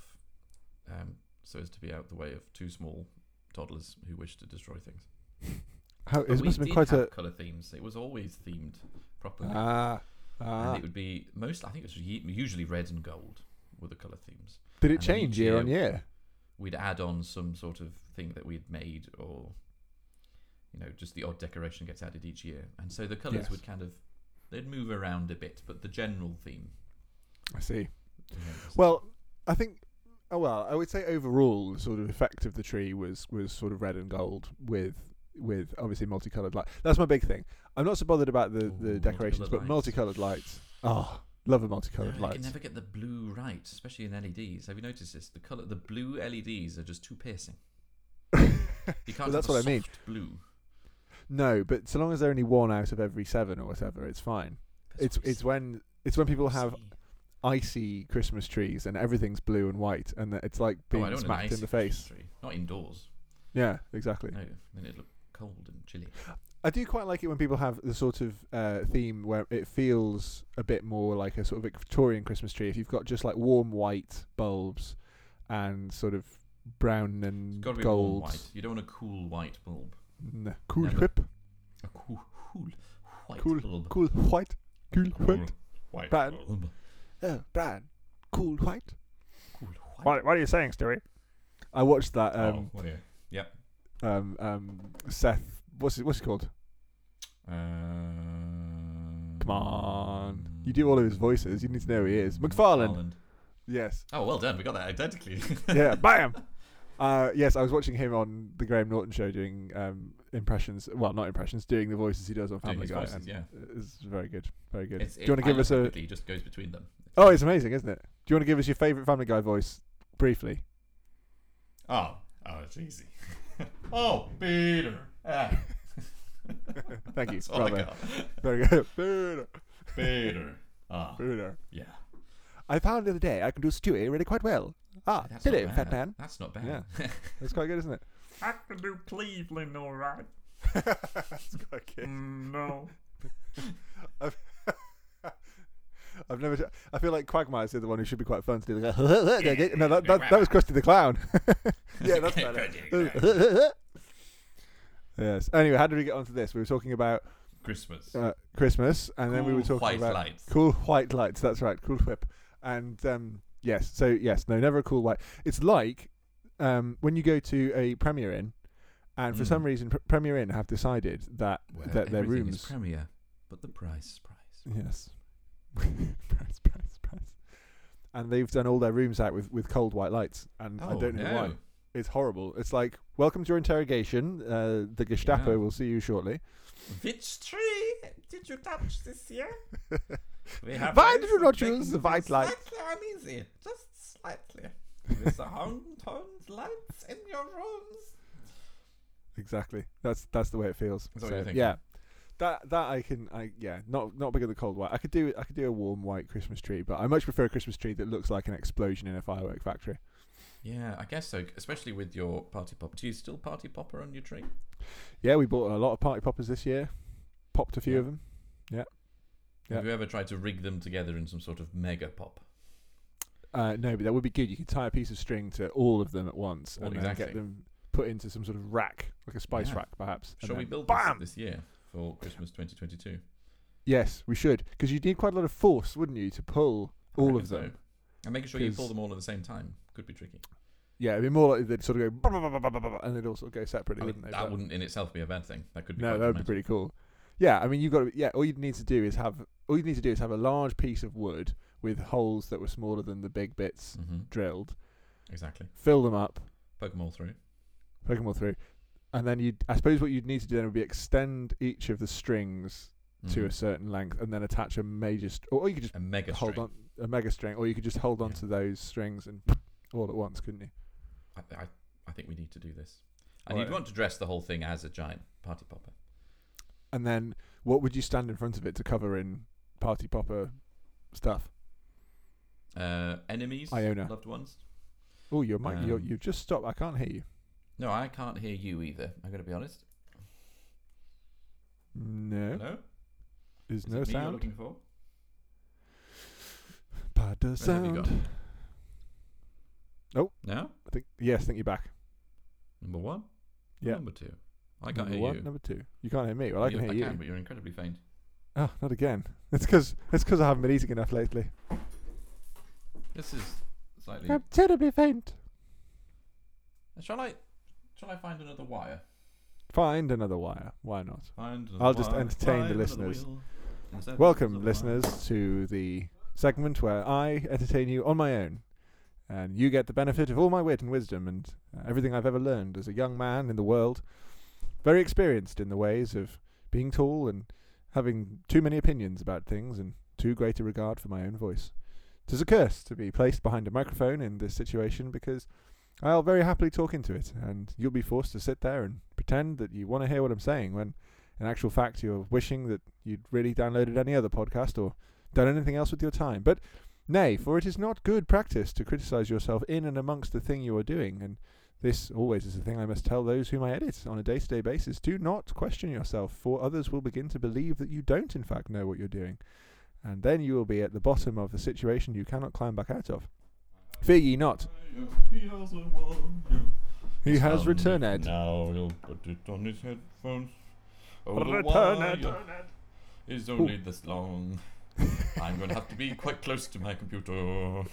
[SPEAKER 2] um, so as to be out the way of two small toddlers who wished to destroy things.
[SPEAKER 1] How, it
[SPEAKER 2] But we
[SPEAKER 1] must have
[SPEAKER 2] did
[SPEAKER 1] been quite
[SPEAKER 2] have
[SPEAKER 1] a
[SPEAKER 2] colour themes. It was always themed properly.
[SPEAKER 1] ah
[SPEAKER 2] and
[SPEAKER 1] ah.
[SPEAKER 2] it would be most, I think it was ye- usually red and gold were the colour themes.
[SPEAKER 1] Did
[SPEAKER 2] and
[SPEAKER 1] it
[SPEAKER 2] then
[SPEAKER 1] change
[SPEAKER 2] each
[SPEAKER 1] year
[SPEAKER 2] year
[SPEAKER 1] on year?
[SPEAKER 2] We'd add on some sort of thing that we'd made or, you know, just the odd decoration gets added each year. And so the colours
[SPEAKER 1] Yes.
[SPEAKER 2] would kind of, they'd move around a bit, but the general theme.
[SPEAKER 1] I see.
[SPEAKER 2] you know, was-
[SPEAKER 1] Well, I think. Oh well, I would say overall, the sort of effect of the tree was was sort of red and gold with with obviously multicolored light. That's my big thing. I'm not so bothered about the
[SPEAKER 2] Ooh,
[SPEAKER 1] the decorations,
[SPEAKER 2] multicoloured
[SPEAKER 1] but
[SPEAKER 2] lights.
[SPEAKER 1] multicolored lights. Oh, love a
[SPEAKER 2] No,
[SPEAKER 1] multicolored
[SPEAKER 2] you
[SPEAKER 1] light.
[SPEAKER 2] can never get the blue right, especially in LEDs. Have you noticed this? The color, the blue LEDs are just too piercing. You can't.
[SPEAKER 1] Well, that's
[SPEAKER 2] have a
[SPEAKER 1] what I mean.
[SPEAKER 2] soft Blue.
[SPEAKER 1] no, but so long as they're only one out of every seven or whatever, it's fine. It's
[SPEAKER 2] That's what I
[SPEAKER 1] it's when it's when people have
[SPEAKER 2] see. Oh,
[SPEAKER 1] icy Christmas trees and everything's blue and white, and that it's like
[SPEAKER 2] Oh, I
[SPEAKER 1] being
[SPEAKER 2] don't want an
[SPEAKER 1] smacked in
[SPEAKER 2] icy
[SPEAKER 1] the
[SPEAKER 2] Christmas
[SPEAKER 1] face.
[SPEAKER 2] tree. Not indoors.
[SPEAKER 1] Yeah, exactly.
[SPEAKER 2] No, then it'd look cold and chilly.
[SPEAKER 1] I do quite like it when people have the sort of uh, theme where it feels a bit more like a sort of Victorian Christmas tree. If you've got just like warm white bulbs and sort of brown
[SPEAKER 2] It's
[SPEAKER 1] and
[SPEAKER 2] got to be
[SPEAKER 1] gold,
[SPEAKER 2] warm white. You don't want a cool white bulb.
[SPEAKER 1] No. cool
[SPEAKER 2] Never.
[SPEAKER 1] whip,
[SPEAKER 2] A cool, cool white
[SPEAKER 1] Cool.
[SPEAKER 2] bulb.
[SPEAKER 1] cool white, cool
[SPEAKER 2] Cool
[SPEAKER 1] white,
[SPEAKER 2] white
[SPEAKER 1] Bad.
[SPEAKER 2] bulb.
[SPEAKER 1] oh, brown, cool white.
[SPEAKER 2] Cool white.
[SPEAKER 1] what are you saying, Stewie? I watched that
[SPEAKER 2] oh,
[SPEAKER 1] um,
[SPEAKER 2] what are you?
[SPEAKER 1] um, um, Seth. What's it, what's it called?
[SPEAKER 2] Um,
[SPEAKER 1] Come on, you do all of his voices. You need to know who he is. McFarlane. Yes.
[SPEAKER 2] Oh, well done. We got that identically.
[SPEAKER 1] yeah, bam. Uh, yes, I was watching him on the Graham Norton show doing um, impressions. Well, not impressions, doing the voices he does on
[SPEAKER 2] Doing
[SPEAKER 1] Family
[SPEAKER 2] his
[SPEAKER 1] Guy.
[SPEAKER 2] voices,
[SPEAKER 1] and
[SPEAKER 2] yeah.
[SPEAKER 1] it's very good, very good.
[SPEAKER 2] It's-
[SPEAKER 1] Do
[SPEAKER 2] it-
[SPEAKER 1] you want to give us a?
[SPEAKER 2] ironically, It just goes between them.
[SPEAKER 1] Oh, it's amazing, isn't it? Do you want to give us your favourite Family Guy voice briefly?
[SPEAKER 2] Oh, oh, it's easy. oh, Peter. Ah.
[SPEAKER 1] Thank you,
[SPEAKER 2] That's all I
[SPEAKER 1] bravo.
[SPEAKER 2] got.
[SPEAKER 1] Very good. Peter,
[SPEAKER 2] Peter. Ah,
[SPEAKER 1] Peter.
[SPEAKER 2] yeah.
[SPEAKER 1] I found the other day I can do Stewie really quite well. Ah,
[SPEAKER 2] That's
[SPEAKER 1] hello,
[SPEAKER 2] not
[SPEAKER 1] fat
[SPEAKER 2] bad.
[SPEAKER 1] man.
[SPEAKER 2] That's not bad.
[SPEAKER 1] That's quite good, isn't it?
[SPEAKER 3] I can do Cleveland all right.
[SPEAKER 1] That's quite good.
[SPEAKER 3] Mm, no.
[SPEAKER 1] I've, I've never. t- I feel like Quagmire's the other one who should be quite fun to do. Like, no, that, that, that was Krusty the Clown. yeah, that's better. yes. Anyway, how did we get onto this? We were talking about
[SPEAKER 2] Christmas.
[SPEAKER 1] uh, Christmas, and then we
[SPEAKER 2] Cool
[SPEAKER 1] were talking
[SPEAKER 2] white
[SPEAKER 1] about
[SPEAKER 2] lights.
[SPEAKER 1] cool white lights. That's right, cool whip. And um, yes, so yes, no, never a cool white. It's like um, when you go to a Premier Inn, and for
[SPEAKER 2] Mm.
[SPEAKER 1] some reason, Pr- Premier Inn have decided that
[SPEAKER 2] Where
[SPEAKER 1] that their
[SPEAKER 2] everything
[SPEAKER 1] rooms.
[SPEAKER 2] is premier, but the price, price.
[SPEAKER 1] Yes. press, press, press. And they've done all their rooms out with, with cold white lights, and
[SPEAKER 2] Oh,
[SPEAKER 1] I don't know why. It's horrible. It's like, welcome to your interrogation. Uh, the Gestapo
[SPEAKER 2] Yeah.
[SPEAKER 1] will see you shortly.
[SPEAKER 2] Which tree did you touch this year? We have
[SPEAKER 1] Why
[SPEAKER 2] raised
[SPEAKER 1] did you not
[SPEAKER 2] making
[SPEAKER 1] use the
[SPEAKER 2] me
[SPEAKER 1] white light?
[SPEAKER 2] Slightly uneasy, just slightly. With the hound toned lights in your rooms.
[SPEAKER 1] Exactly. That's that's the way it feels.
[SPEAKER 2] Is that what you're thinking?
[SPEAKER 1] yeah, that that I can. I yeah, not not big of the cold white. I could do I could do a warm white Christmas tree, but I much prefer a Christmas tree that looks like an explosion in a firework factory.
[SPEAKER 2] Yeah, I guess so. Especially with your party popper. Do you still party popper on your tree?
[SPEAKER 1] Yeah, we bought a lot of party poppers this year. Popped a few
[SPEAKER 2] Yeah.
[SPEAKER 1] of them. Yeah.
[SPEAKER 2] Have you ever tried to rig them together in some sort of mega pop?
[SPEAKER 1] Uh, no, but that would be good. You could tie a piece of string to all of them at once
[SPEAKER 2] Well,
[SPEAKER 1] and then
[SPEAKER 2] exactly.
[SPEAKER 1] get them put into some sort of rack, like a spice
[SPEAKER 2] Yeah.
[SPEAKER 1] rack, perhaps. and
[SPEAKER 2] Shall we
[SPEAKER 1] then
[SPEAKER 2] build
[SPEAKER 1] Bam!
[SPEAKER 2] this this year for Christmas 2022?
[SPEAKER 1] Yes, we should, because you'd need quite a lot of force, wouldn't you, to pull
[SPEAKER 2] I
[SPEAKER 1] all
[SPEAKER 2] reckon
[SPEAKER 1] of them?
[SPEAKER 2] so. And making sure you
[SPEAKER 1] 'Cause-
[SPEAKER 2] pull them all at the same time could be tricky.
[SPEAKER 1] Yeah, it'd be more like they'd sort of go blah, blah, blah, blah, blah, blah, blah, and they'd all sort of go separately,
[SPEAKER 2] I mean,
[SPEAKER 1] wouldn't they?
[SPEAKER 2] that
[SPEAKER 1] But-
[SPEAKER 2] wouldn't in itself be a bad thing. That could be
[SPEAKER 1] no,
[SPEAKER 2] quite
[SPEAKER 1] that would be
[SPEAKER 2] dramatic.
[SPEAKER 1] pretty cool. Yeah, I mean, you've got to, yeah. All you'd need to do is have all you need to do is have a large piece of wood with holes that were smaller than the big bits
[SPEAKER 2] Mhm,
[SPEAKER 1] drilled.
[SPEAKER 2] Exactly.
[SPEAKER 1] Fill them up,
[SPEAKER 2] Poke them all through.
[SPEAKER 1] poke them all through, and then you. would I suppose what you'd need to do then would be extend each of the strings to
[SPEAKER 2] Mhm.
[SPEAKER 1] a certain length and then attach a major, st- or, or you could just
[SPEAKER 2] a mega
[SPEAKER 1] hold
[SPEAKER 2] string.
[SPEAKER 1] on a mega string, or you could just hold on
[SPEAKER 2] Yeah.
[SPEAKER 1] to those strings and all at once, couldn't you?
[SPEAKER 2] I, I, I think we need to do this. And
[SPEAKER 1] All
[SPEAKER 2] you'd
[SPEAKER 1] right.
[SPEAKER 2] want to dress the whole thing as a giant party popper.
[SPEAKER 1] And then what would you stand in front of it to cover in party popper stuff?
[SPEAKER 2] Uh, enemies,
[SPEAKER 1] Iona.
[SPEAKER 2] loved ones.
[SPEAKER 1] Oh, your mic, you
[SPEAKER 2] Um,
[SPEAKER 1] you just stopped. I can't hear you.
[SPEAKER 2] No, I can't hear you either. I'm going to be honest.
[SPEAKER 1] No,
[SPEAKER 2] Hello?
[SPEAKER 1] there's
[SPEAKER 2] Is
[SPEAKER 1] no
[SPEAKER 2] it me you're
[SPEAKER 1] sound.
[SPEAKER 2] looking for?
[SPEAKER 1] Pada
[SPEAKER 2] Where have you
[SPEAKER 1] sound.
[SPEAKER 2] gone?
[SPEAKER 1] Nope.
[SPEAKER 2] No?
[SPEAKER 1] I think yes. I think you're back.
[SPEAKER 2] Number one?
[SPEAKER 1] Yeah.
[SPEAKER 2] Number two? I can't
[SPEAKER 1] number
[SPEAKER 2] hear
[SPEAKER 1] one,
[SPEAKER 2] you.
[SPEAKER 1] Number two. You can't hear me. Well, I can
[SPEAKER 2] You-
[SPEAKER 1] hear
[SPEAKER 2] I
[SPEAKER 1] you.
[SPEAKER 2] can, but you're incredibly faint.
[SPEAKER 1] Oh, not again. It's because it's because I haven't been eating enough lately.
[SPEAKER 2] This is slightly...
[SPEAKER 1] I'm terribly faint.
[SPEAKER 2] Shall I... Shall I find another wire?
[SPEAKER 1] Find another wire. Why not?
[SPEAKER 2] Find another
[SPEAKER 1] I'll just
[SPEAKER 2] wire,
[SPEAKER 1] entertain the
[SPEAKER 2] find another
[SPEAKER 1] listeners.
[SPEAKER 2] wheel, insert another
[SPEAKER 1] Welcome,
[SPEAKER 2] wire.
[SPEAKER 1] listeners, to the segment where I entertain you on my own, and you get the benefit of all my wit and wisdom and uh, everything I've ever learned as a young man in the world. Very experienced in the ways of being tall and having too many opinions about things and too great a regard for my own voice. 'Tis a curse to be placed behind a microphone in this situation because I'll very happily talk into it, and you'll be forced to sit there and pretend that you want to hear what I'm saying when in actual fact, you're wishing that you'd really downloaded any other podcast or done anything else with your time. But nay, for it is not good practice to criticize yourself in and amongst the thing you are doing. And this always is the thing I must tell those whom I edit on a day to day basis. Do not question yourself, for others will begin to believe that you don't, in fact, know what you're doing. And then you will be at the bottom of the situation you cannot climb back out of. Fear ye not.
[SPEAKER 2] He has a wire.
[SPEAKER 1] He has
[SPEAKER 2] Um,
[SPEAKER 1] returned.
[SPEAKER 2] Now he'll put it on his headphones. Oh, the
[SPEAKER 1] Returned.
[SPEAKER 2] wire is only this long. I'm going to have to be quite close to my computer.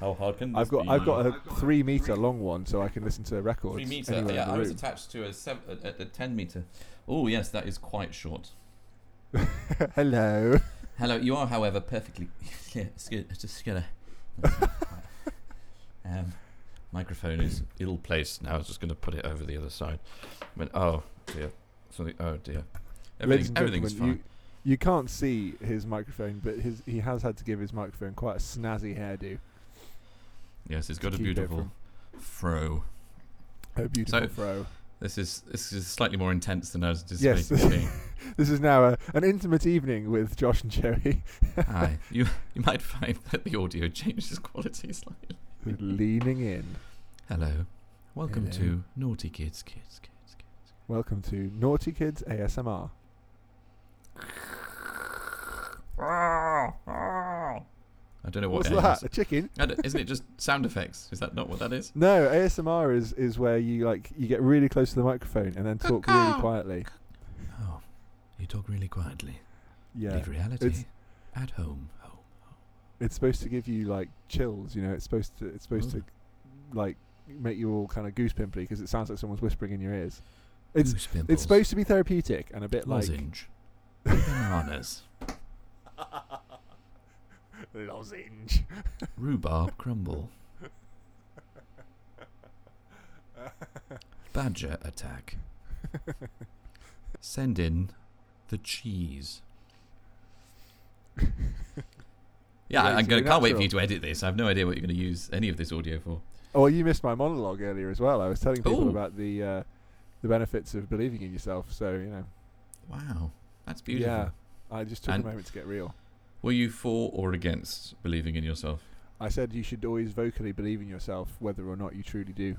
[SPEAKER 2] How hard can this
[SPEAKER 1] I've got
[SPEAKER 2] be?
[SPEAKER 1] I've got a three meter long one, so I can listen to records.
[SPEAKER 2] three meter.
[SPEAKER 1] anywhere in
[SPEAKER 2] yeah,
[SPEAKER 1] the
[SPEAKER 2] I was
[SPEAKER 1] room.
[SPEAKER 2] attached to a, seven, a, a, a ten meter. Oh yes, that is quite short.
[SPEAKER 1] Hello.
[SPEAKER 2] Hello, you are, however, perfectly. yeah, it's good. It's just gonna. um, microphone is ill placed now. I was just gonna put it over the other side. But oh dear, something. Oh dear,
[SPEAKER 1] Ladies
[SPEAKER 2] everything,
[SPEAKER 1] and
[SPEAKER 2] everything's
[SPEAKER 1] gentlemen,
[SPEAKER 2] fine.
[SPEAKER 1] You, you can't see his microphone, but his he has had to give his microphone quite a snazzy hairdo.
[SPEAKER 2] Yes, it's
[SPEAKER 1] to
[SPEAKER 2] got a
[SPEAKER 1] keep it
[SPEAKER 2] beautiful fro.
[SPEAKER 1] A beautiful
[SPEAKER 2] So-
[SPEAKER 1] fro.
[SPEAKER 2] This is this is slightly more intense than I was
[SPEAKER 1] Yes.
[SPEAKER 2] anticipating. it being.
[SPEAKER 1] This is now a, an intimate evening with Josh and Jerry.
[SPEAKER 2] Aye, you you might find that the audio changes quality slightly. Mm-hmm.
[SPEAKER 1] Leaning in.
[SPEAKER 2] Hello, welcome
[SPEAKER 1] Hello.
[SPEAKER 2] to Naughty Kids Kids Kids Kids.
[SPEAKER 1] Welcome to Naughty Kids ASMR.
[SPEAKER 3] Ah, ah.
[SPEAKER 2] I don't know
[SPEAKER 1] What's
[SPEAKER 2] what that is.
[SPEAKER 1] that? A chicken?
[SPEAKER 2] I don't- isn't it just sound effects? Is that not what that is?
[SPEAKER 1] No, ASMR is, is where you like you get really close to the microphone and then talk really
[SPEAKER 2] Caw-caw.
[SPEAKER 1] quietly.
[SPEAKER 2] Oh, you talk really quietly.
[SPEAKER 1] Yeah.
[SPEAKER 2] Leave reality
[SPEAKER 1] It's-
[SPEAKER 2] at home. Oh, Home.
[SPEAKER 1] it's supposed to give you like chills. You know, it's supposed to it's supposed
[SPEAKER 2] Oh.
[SPEAKER 1] to like make you all kind of goose pimply because it sounds like someone's whispering in your ears. It's
[SPEAKER 2] Goose pimples,
[SPEAKER 1] it's supposed to be therapeutic and a bit like
[SPEAKER 2] lozenge, bananas,
[SPEAKER 1] Lozenge.
[SPEAKER 2] Rhubarb crumble. Badger attack. Send in the cheese. Yeah,
[SPEAKER 1] Yeah,
[SPEAKER 2] I- I'm
[SPEAKER 1] it's
[SPEAKER 2] gonna,
[SPEAKER 1] really
[SPEAKER 2] can't wait for
[SPEAKER 1] natural.
[SPEAKER 2] you to edit this. I have no idea what you're going to use any of this audio for.
[SPEAKER 1] Oh, you missed my monologue earlier as well. I was telling people
[SPEAKER 2] Ooh.
[SPEAKER 1] about the uh, the benefits of believing in yourself. So you know,
[SPEAKER 2] Wow, that's beautiful.
[SPEAKER 1] Yeah. I just took
[SPEAKER 2] And-
[SPEAKER 1] a moment to get real.
[SPEAKER 2] Were you for or against believing in yourself?
[SPEAKER 1] I said you should always vocally believe in yourself, whether or not you truly do.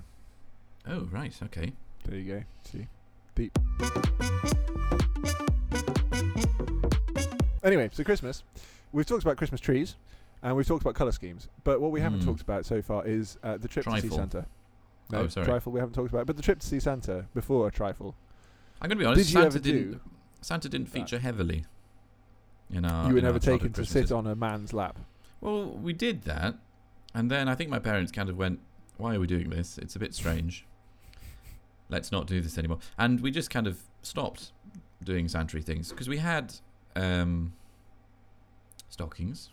[SPEAKER 2] Oh, right, okay.
[SPEAKER 1] There you go. See, deep. Anyway, so Christmas. We've talked about Christmas trees, and we've talked about color schemes. But what we haven't
[SPEAKER 2] Mm.
[SPEAKER 1] talked about so far is uh, the trip to see
[SPEAKER 2] Trifle.
[SPEAKER 1] Santa. No,
[SPEAKER 2] Oh, sorry.
[SPEAKER 1] trifle we haven't talked about, but the trip to see Santa before a trifle.
[SPEAKER 2] I'm going to be honest.
[SPEAKER 1] Did you
[SPEAKER 2] Santa
[SPEAKER 1] ever
[SPEAKER 2] didn't.
[SPEAKER 1] do
[SPEAKER 2] Santa didn't
[SPEAKER 1] that?
[SPEAKER 2] feature heavily. In our,
[SPEAKER 1] you were
[SPEAKER 2] Ah, in
[SPEAKER 1] never
[SPEAKER 2] our childhood
[SPEAKER 1] taken to
[SPEAKER 2] Christmases.
[SPEAKER 1] sit on a man's lap.
[SPEAKER 2] Well, we did that, and then I think my parents kind of went, "Why are we doing this? It's a bit strange. Let's not do this anymore." And we just kind of stopped doing Santry things because we had um, stockings,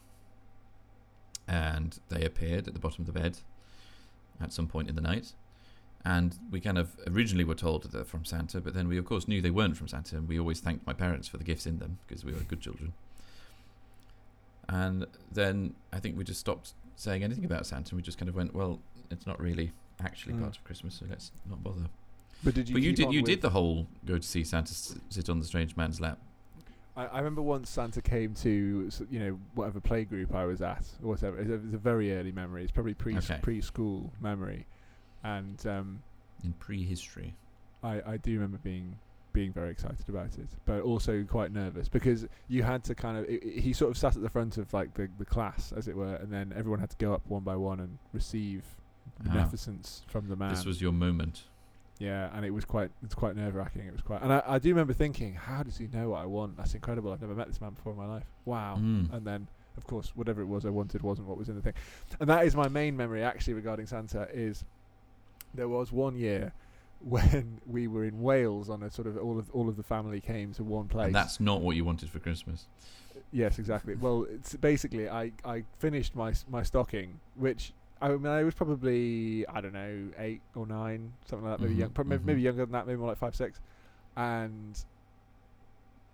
[SPEAKER 2] and they appeared at the bottom of the bed at some point in the night. And we kind of originally were told that they're from Santa, but then we of course knew they weren't from Santa, and we always thanked my parents for the gifts in them because we were good children. And then I think we just stopped saying anything about Santa, and we just kind of went, well, it's not really actually
[SPEAKER 1] Mm.
[SPEAKER 2] part of Christmas, so let's not bother.
[SPEAKER 1] But did you?
[SPEAKER 2] but you
[SPEAKER 1] keep
[SPEAKER 2] did
[SPEAKER 1] on
[SPEAKER 2] you
[SPEAKER 1] with-
[SPEAKER 2] did the whole go to see Santa s- sit on the strange man's lap.
[SPEAKER 1] I, I remember once Santa came to s- you know whatever play group I was at or whatever. It was a very early memory. It's probably pre
[SPEAKER 2] Okay.
[SPEAKER 1] preschool memory, and um,
[SPEAKER 2] In prehistory.
[SPEAKER 1] I I do remember being being very excited about it, but also quite nervous because you had to kind of i i- he sort of sat at the front of like the the class as it were, and then everyone had to go up one by one and receive
[SPEAKER 2] Ah,
[SPEAKER 1] beneficence from the man.
[SPEAKER 2] this was your moment.
[SPEAKER 1] Yeah, and it was quite it's quite nerve wracking. It was quite, and I, I do remember thinking, how does he know what I want? That's incredible. I've never met this man before in my life. Wow.
[SPEAKER 2] Mm.
[SPEAKER 1] And then, of course, whatever it was I wanted wasn't what was in the thing. And that is my main memory actually regarding Santa is there was one year when we were in Wales on a sort of all of all of the family came to one place.
[SPEAKER 2] And that's not what you wanted for Christmas.
[SPEAKER 1] Yes, exactly. well, it's basically I, I finished my s- my stocking, which I mean I was probably I don't know eight or nine something like that. Maybe
[SPEAKER 2] Mhm,
[SPEAKER 1] young, prob- maybe-
[SPEAKER 2] mhm.
[SPEAKER 1] maybe younger than that. Maybe more like five six, and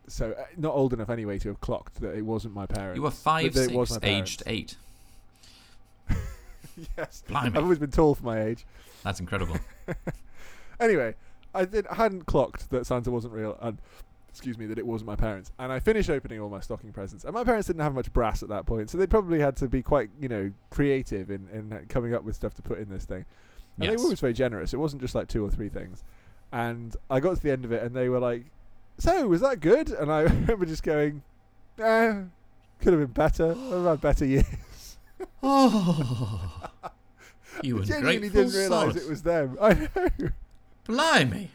[SPEAKER 1] so uh, not old enough anyway to have clocked that it wasn't my parents.
[SPEAKER 2] You were five,
[SPEAKER 1] that it was
[SPEAKER 2] six,
[SPEAKER 1] my parents.
[SPEAKER 2] aged eight.
[SPEAKER 1] yes, I've
[SPEAKER 2] Blimey,
[SPEAKER 1] always been tall for my age.
[SPEAKER 2] that's incredible.
[SPEAKER 1] Anyway, I did I hadn't clocked that Santa wasn't real and. Excuse me, that it wasn't my parents, and I finished opening all my stocking presents. And my parents didn't have much brass at that point, so they probably had to be quite, you know, creative in, in coming up with stuff to put in this thing. And
[SPEAKER 2] Yes.
[SPEAKER 1] they were always very generous. It wasn't just like two or three things. And I got to the end of it, and they were like, "So was that good?" And I remember just going, "Eh, could have been better. I've had better years."
[SPEAKER 2] Oh, you
[SPEAKER 1] I
[SPEAKER 2] ungrateful
[SPEAKER 1] genuinely didn't realise
[SPEAKER 2] sod.
[SPEAKER 1] it was them. I know.
[SPEAKER 2] Blimey.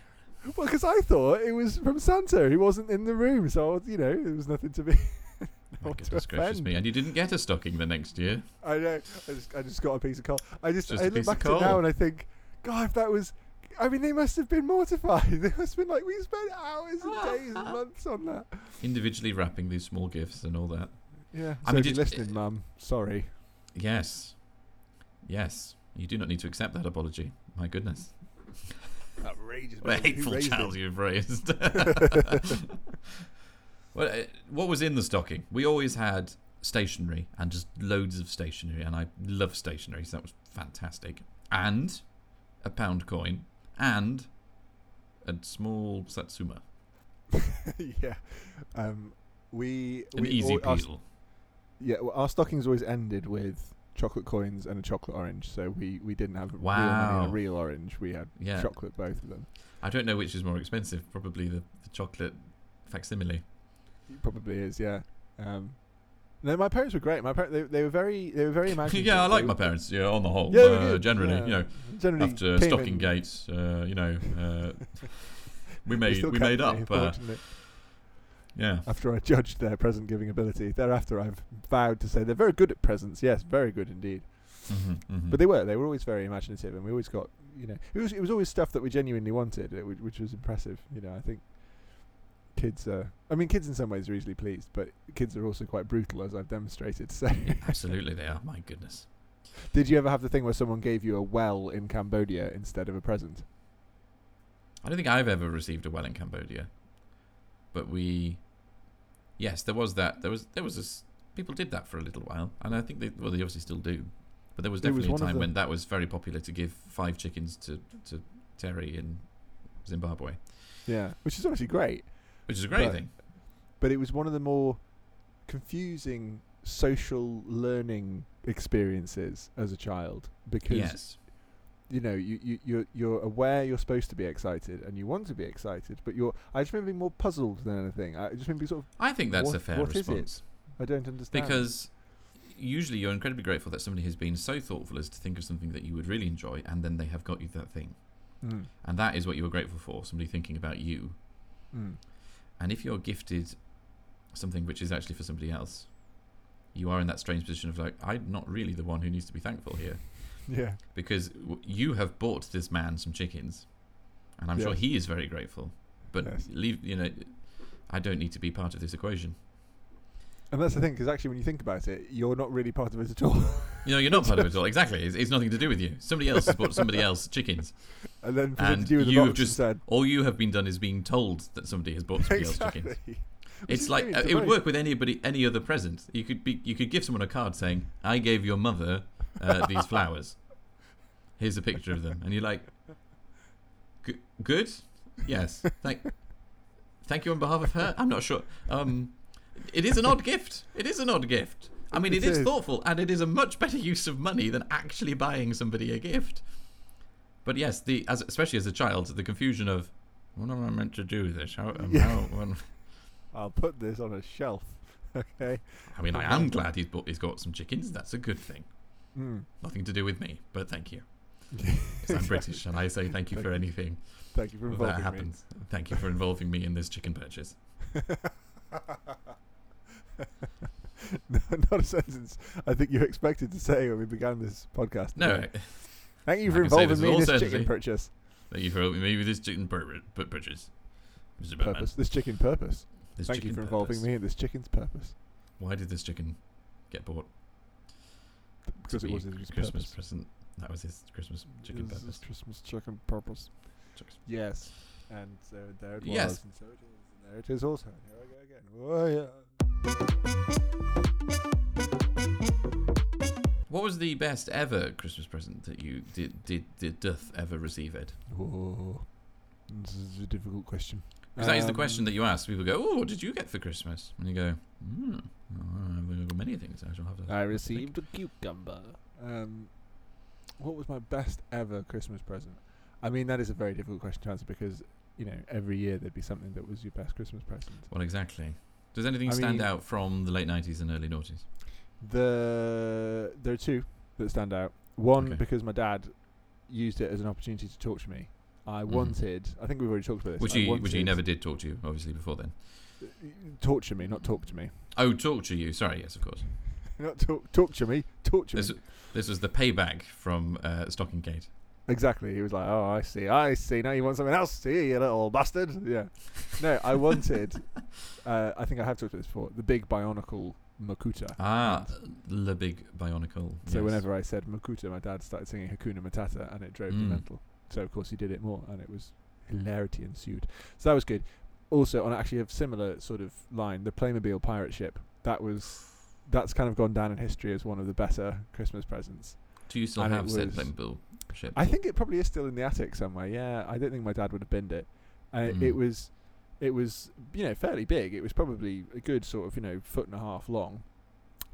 [SPEAKER 1] Well, because I thought it was from Santa. He wasn't in the room, so you know it was nothing to be.
[SPEAKER 2] My
[SPEAKER 1] not to
[SPEAKER 2] goodness gracious
[SPEAKER 1] offend.
[SPEAKER 2] me. And you didn't get a stocking the next year.
[SPEAKER 1] I know. I just, I just got a piece of coal. I just,
[SPEAKER 2] Just
[SPEAKER 1] I
[SPEAKER 2] a
[SPEAKER 1] look
[SPEAKER 2] piece of
[SPEAKER 1] back to it now
[SPEAKER 2] coal.
[SPEAKER 1] and I think, God, if that was. I mean, they must have been mortified. They must have been like, we spent hours and days and months on that.
[SPEAKER 2] Individually wrapping these small gifts and all that.
[SPEAKER 1] Yeah. So
[SPEAKER 2] I mean,
[SPEAKER 1] if you're
[SPEAKER 2] did-
[SPEAKER 1] listening, Mum, sorry.
[SPEAKER 2] Yes. Yes. You do not need to accept that apology. My goodness.
[SPEAKER 1] Outrageous.
[SPEAKER 2] What a hateful child you've raised. well, uh, what was in the stocking? We always had stationery and just loads of stationery, and I love stationery, so that was fantastic. And a pound coin and a small satsuma,
[SPEAKER 1] yeah. Um, we.
[SPEAKER 2] an
[SPEAKER 1] we
[SPEAKER 2] easy
[SPEAKER 1] al- our,
[SPEAKER 2] peel.
[SPEAKER 1] Yeah, well, our stockings always ended with chocolate coins and a chocolate orange. So we, we didn't have real money
[SPEAKER 2] Wow.
[SPEAKER 1] and a real orange. We had
[SPEAKER 2] Yeah,
[SPEAKER 1] chocolate, both of them.
[SPEAKER 2] I don't know which is more expensive. Probably the, the chocolate facsimile.
[SPEAKER 1] It probably is, yeah. Um, no, my parents were great. My par- they, they were very they were very imaginative.
[SPEAKER 2] yeah, I
[SPEAKER 1] They
[SPEAKER 2] like my
[SPEAKER 1] were-
[SPEAKER 2] parents. Yeah, on the whole,
[SPEAKER 1] Yeah, they were
[SPEAKER 2] uh,
[SPEAKER 1] good,
[SPEAKER 2] generally,
[SPEAKER 1] yeah.
[SPEAKER 2] you know,
[SPEAKER 1] generally
[SPEAKER 2] after
[SPEAKER 1] came
[SPEAKER 2] stocking
[SPEAKER 1] in-
[SPEAKER 2] gates, uh, you know, uh,
[SPEAKER 1] they
[SPEAKER 2] we made
[SPEAKER 1] still
[SPEAKER 2] we
[SPEAKER 1] kept
[SPEAKER 2] made
[SPEAKER 1] me,
[SPEAKER 2] up. Uh,
[SPEAKER 1] fortunately,
[SPEAKER 2] yeah,
[SPEAKER 1] after I judged their present giving ability, thereafter I've vowed to say they're very good at presents. Yes, very good indeed.
[SPEAKER 2] Mhm, mhm.
[SPEAKER 1] But they were they were always very imaginative, and we always got uh, you know it was it was always stuff that we genuinely wanted, it, wa- which was impressive. You know, I think kids are. I mean, kids in some ways are easily pleased, but kids are also quite brutal, as I've demonstrated. So,
[SPEAKER 2] Absolutely, they are. My goodness.
[SPEAKER 1] did you ever have the thing where someone gave you a well in Cambodia instead of a present?
[SPEAKER 2] I don't think I've ever received a well in Cambodia, but we, yes, there was that. There was there was a s people did that for a little while, and I think they well they obviously still do, but there was
[SPEAKER 1] There was
[SPEAKER 2] definitely
[SPEAKER 1] one
[SPEAKER 2] a
[SPEAKER 1] of
[SPEAKER 2] time when
[SPEAKER 1] them-
[SPEAKER 2] that was very popular to give five chickens to to Terry in Zimbabwe,
[SPEAKER 1] Yeah, which is obviously great.
[SPEAKER 2] which is a great
[SPEAKER 1] Right.
[SPEAKER 2] thing.
[SPEAKER 1] but it was one of the more confusing social learning experiences as a child because
[SPEAKER 2] Yes,
[SPEAKER 1] you know you, you you're you're aware you're supposed to be excited and you want to be excited but you're i just remember being more puzzled than anything i just remember being sort of
[SPEAKER 2] I think that's
[SPEAKER 1] What-
[SPEAKER 2] a fair
[SPEAKER 1] what is it?
[SPEAKER 2] response
[SPEAKER 1] i don't understand
[SPEAKER 2] because usually you're incredibly grateful that somebody has been so thoughtful as to think of something that you would really enjoy, and then they have got you that thing,
[SPEAKER 1] Mm,
[SPEAKER 2] and that is what you were grateful for. Somebody thinking about you.
[SPEAKER 1] mm.
[SPEAKER 2] And if you're gifted something which is actually for somebody else, you are in that strange position of like, I'm not really the one who needs to be thankful here
[SPEAKER 1] yeah
[SPEAKER 2] because w- you have bought this man some chickens, and I'm sure
[SPEAKER 1] Yes.
[SPEAKER 2] he is very grateful. But
[SPEAKER 1] Yes.
[SPEAKER 2] leave, you know, I don't need to be part of this equation.
[SPEAKER 1] and that's the thing because actually when you think about it you're not really part of it at all
[SPEAKER 2] You know, you're not part of it at all. Exactly, it's, it's nothing to do with you. Somebody else has bought somebody else chickens.
[SPEAKER 1] and then presented
[SPEAKER 2] And
[SPEAKER 1] you with a
[SPEAKER 2] you have
[SPEAKER 1] box
[SPEAKER 2] just
[SPEAKER 1] and
[SPEAKER 2] All you have been done is being told that somebody has bought
[SPEAKER 1] said
[SPEAKER 2] somebody else chickens.
[SPEAKER 1] exactly Which
[SPEAKER 2] It's
[SPEAKER 1] is
[SPEAKER 2] like
[SPEAKER 1] strange
[SPEAKER 2] uh,
[SPEAKER 1] to
[SPEAKER 2] it would
[SPEAKER 1] both.
[SPEAKER 2] work with anybody, any other present. You could be, you could give someone a card saying, "I gave your mother uh, these flowers. Here's a picture of them," and you're like, "G- "Good, yes, thank, thank you on behalf of her." I'm not sure. Um, it is an odd gift. It is an odd gift. I mean,
[SPEAKER 1] It
[SPEAKER 2] it is,
[SPEAKER 1] is.
[SPEAKER 2] thoughtful, and it is a much better use of money than actually buying somebody a gift. But yes, the as especially as a child, the confusion of what am I meant to do with this? How, um,
[SPEAKER 1] Yeah.
[SPEAKER 2] how, when,
[SPEAKER 1] i'll put this on a shelf okay
[SPEAKER 2] I mean, I am glad he's, bought, he's got some chickens. That's a good thing.
[SPEAKER 1] Mm.
[SPEAKER 2] Nothing to do with me, but thank you. 'Cause I'm British and I say thank you for anything
[SPEAKER 1] thank you for
[SPEAKER 2] that
[SPEAKER 1] involving me
[SPEAKER 2] happens. Thank you for involving me in this chicken purchase.
[SPEAKER 1] no, not a sentence I think you expected to say when we began this podcast.
[SPEAKER 2] No,
[SPEAKER 1] today. Thank you
[SPEAKER 2] I
[SPEAKER 1] for
[SPEAKER 2] can say
[SPEAKER 1] involving
[SPEAKER 2] this
[SPEAKER 1] me in
[SPEAKER 2] with all
[SPEAKER 1] this chicken
[SPEAKER 2] certainty.
[SPEAKER 1] purchase.
[SPEAKER 2] thank you for helping me with this chicken pur- pur- purchase. Mr. Batman,
[SPEAKER 1] Purpose. This chicken purpose.
[SPEAKER 2] this
[SPEAKER 1] Thank you
[SPEAKER 2] chicken
[SPEAKER 1] for involving
[SPEAKER 2] purpose.
[SPEAKER 1] me in this chicken's purpose.
[SPEAKER 2] Why did this chicken get bought? To
[SPEAKER 1] Because it
[SPEAKER 2] be
[SPEAKER 1] was his
[SPEAKER 2] Christmas
[SPEAKER 1] purpose.
[SPEAKER 2] present. That was his Christmas chicken
[SPEAKER 1] It was his
[SPEAKER 2] purpose.
[SPEAKER 1] Christmas chicken purpose.
[SPEAKER 2] Chicken-
[SPEAKER 1] Yes. And so there it was.
[SPEAKER 2] Yes.
[SPEAKER 1] And so it is. And there it is also. And here I go again. Oh,
[SPEAKER 2] What was the best ever Christmas present that you did did did doth ever receive it?
[SPEAKER 1] yeah. Oh. This is a difficult question.
[SPEAKER 2] Because that is the
[SPEAKER 1] Um,
[SPEAKER 2] question that you ask. People go, "Oh, what did you get for Christmas?" And you go, "Hmm, well, I have got many things. I shall have to."
[SPEAKER 4] I received a cucumber.
[SPEAKER 1] Um, what was my best ever Christmas present? I mean, that is a very difficult question to answer because you know every year there'd be something that was your best Christmas present.
[SPEAKER 2] What exactly? Does anything
[SPEAKER 1] I
[SPEAKER 2] stand
[SPEAKER 1] mean-
[SPEAKER 2] out from the late '90s and early noughties?
[SPEAKER 1] The there are two that stand out. One
[SPEAKER 2] Okay.
[SPEAKER 1] because my dad used it as an opportunity to torture me. I
[SPEAKER 2] Mhm.
[SPEAKER 1] wanted. I think we've already talked about this.
[SPEAKER 2] Which
[SPEAKER 1] I
[SPEAKER 2] you, which you
[SPEAKER 1] wanted- uh,
[SPEAKER 2] never did talk to you, obviously before then.
[SPEAKER 1] torture me, not talk to me,
[SPEAKER 2] Oh, talk to you. Sorry, yes, of course.
[SPEAKER 1] not talk torture me, torture
[SPEAKER 2] This,
[SPEAKER 1] me.
[SPEAKER 2] this was the payback from uh, Stockinggate.
[SPEAKER 1] Exactly. He was like, "Oh, I see, I see. Now you want something else, do you, you little bastard?" Yeah. No, I wanted. uh, I think I have talked about this before. The big bionicle Makuta.
[SPEAKER 2] Ah, the big bionicle.
[SPEAKER 1] So
[SPEAKER 2] yes.
[SPEAKER 1] whenever I said Makuta, my dad started singing Hakuna Matata, and it drove me
[SPEAKER 2] Mm.
[SPEAKER 1] mental. So of course he did it more, and it was hilarity ensued. So that was good. Also, on actually a similar sort of line, the Playmobil pirate ship. That was. That's kind of gone down in history as one of the better Christmas presents.
[SPEAKER 2] do you still
[SPEAKER 1] and it
[SPEAKER 2] have said
[SPEAKER 1] was-
[SPEAKER 2] Playmobil ship?
[SPEAKER 1] I think it probably is still in the attic somewhere. Yeah, I don't think my dad would have binned it. Uh, It
[SPEAKER 2] Mm.
[SPEAKER 1] was, it was you know fairly big. It was probably a good sort of you know foot and a half long,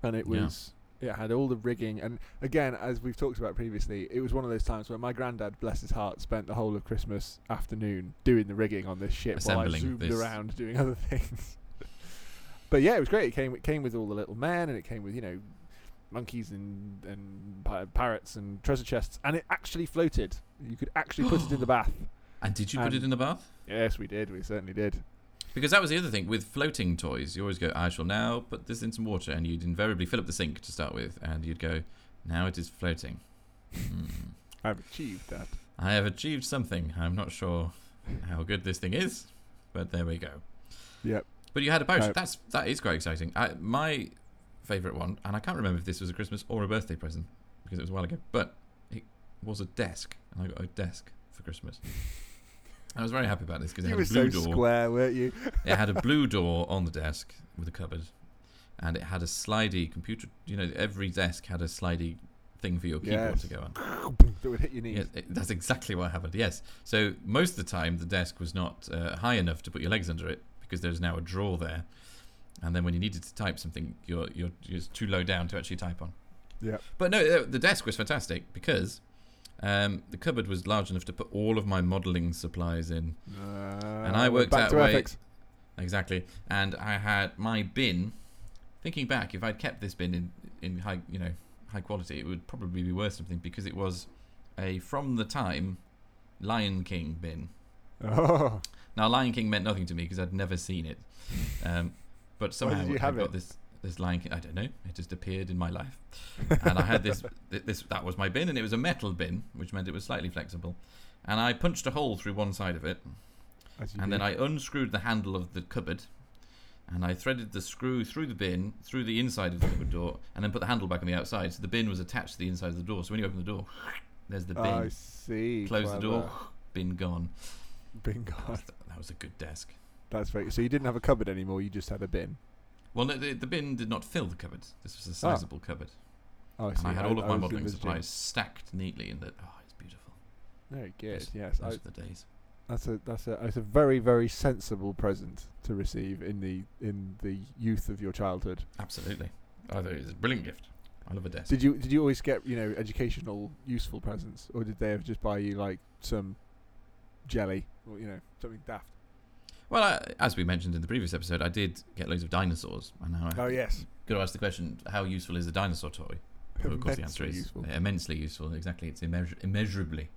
[SPEAKER 1] and it
[SPEAKER 2] Yeah.
[SPEAKER 1] was it had all the rigging. And again, as we've talked about previously, it was one of those times where my granddad, bless his heart, spent the whole of Christmas afternoon doing the rigging on this ship while I
[SPEAKER 2] Assembling
[SPEAKER 1] zoomed
[SPEAKER 2] this.
[SPEAKER 1] around doing other things. but yeah, it was great. It came it came with all the little men, and it came with you know monkeys and and pi- parrots and treasure chests, and it actually floated. You could actually put it in the bath.
[SPEAKER 2] and did you put it
[SPEAKER 1] um,
[SPEAKER 2] in the bath?
[SPEAKER 1] Yes, we did. We certainly did.
[SPEAKER 2] Because that was the other thing with floating toys. You always go, I shall now put this in some water, and you'd invariably fill up the sink to start with, and you'd go, now it is floating. Hmm.
[SPEAKER 1] I've achieved that.
[SPEAKER 2] I have achieved something. I'm not sure how good this thing is, but there we go.
[SPEAKER 1] Yep. Uh,
[SPEAKER 2] But you had a post.
[SPEAKER 1] No.
[SPEAKER 2] That's that is quite exciting. I, my favorite one, and I can't remember if this was a Christmas or a birthday present because it was a while ago. But it was a desk, and I got a desk for Christmas. I was very happy about this because it
[SPEAKER 1] You
[SPEAKER 2] had a
[SPEAKER 1] were so
[SPEAKER 2] blue door.
[SPEAKER 1] square, weren't you?
[SPEAKER 2] it had a blue door on the desk with a cupboard, and it had a slidey computer. You know, every desk had a slidey thing for your keyboard
[SPEAKER 1] Yes.
[SPEAKER 2] to go on.
[SPEAKER 1] that would hit your knees.
[SPEAKER 2] Yes, it- that's exactly what happened. Yes. So most of the time, the desk was not uh, high enough to put your legs under it because there's now a drawer there, and then when you needed to type something, you're you're just too low down to actually type on.
[SPEAKER 1] Yep.
[SPEAKER 2] But no, uh, the- the desk was fantastic because um, the cupboard was large enough to put all of my modelling supplies in.
[SPEAKER 1] and
[SPEAKER 2] I worked
[SPEAKER 1] Ah, back
[SPEAKER 2] out
[SPEAKER 1] to
[SPEAKER 2] a way-
[SPEAKER 1] ethics.
[SPEAKER 2] Exactly. And I had my bin. Thinking back, if I'd kept this bin in, in high you know high quality, it would probably be worth something because it was a from the time Lion King bin.
[SPEAKER 1] Oh,
[SPEAKER 2] Now Lion King meant nothing to me because I'd never seen it, um, but somehow
[SPEAKER 1] did you
[SPEAKER 2] I
[SPEAKER 1] have
[SPEAKER 2] got
[SPEAKER 1] it?
[SPEAKER 2] this this Lion King. I don't know. It just appeared in my life, and I had this thi- this that was my bin, and it was a metal bin, which meant it was slightly flexible. And I punched a hole through one side of it,
[SPEAKER 1] as you
[SPEAKER 2] and
[SPEAKER 1] do.
[SPEAKER 2] then I unscrewed the handle of the cupboard, and I threaded the screw through the bin, through the inside of the cupboard door, and then put the handle back on the outside. So the bin was attached to the inside of the door. So when you open the door, there's the bin.
[SPEAKER 1] Ah, I see.
[SPEAKER 2] Close the door.
[SPEAKER 1] clever.
[SPEAKER 2] Bin gone.
[SPEAKER 1] Bingo.
[SPEAKER 2] That was, that was a good desk.
[SPEAKER 1] That's very. So you didn't have a cupboard anymore. You just had a bin.
[SPEAKER 2] Well, no, the, the bin did not fill the cupboard. This was a sizable cupboard,
[SPEAKER 1] Oh, Ah, I see.
[SPEAKER 2] and I had all of my
[SPEAKER 1] was
[SPEAKER 2] modelling
[SPEAKER 1] envisaging-
[SPEAKER 2] supplies stacked neatly in the. Oh, it's beautiful.
[SPEAKER 1] Very good.
[SPEAKER 2] Yes,
[SPEAKER 1] Yes, I,
[SPEAKER 2] Those were the days.
[SPEAKER 1] that's a that's a that's a very very sensible present to receive in the in the youth of your childhood.
[SPEAKER 2] Absolutely. I thought it was a brilliant gift. I love a desk.
[SPEAKER 1] Did you did you always get you know educational useful presents, or did they ever just buy you like some jelly or you know something daft?
[SPEAKER 2] Well, I, as we mentioned in the previous episode, I did get loads of dinosaurs, and now I
[SPEAKER 1] Oh yes,
[SPEAKER 2] got to ask the question: How useful is a dinosaur toy? Well, of course, the answer
[SPEAKER 1] Immensely
[SPEAKER 2] is
[SPEAKER 1] useful.
[SPEAKER 2] immensely useful. Exactly, it's immeasur- immeasurably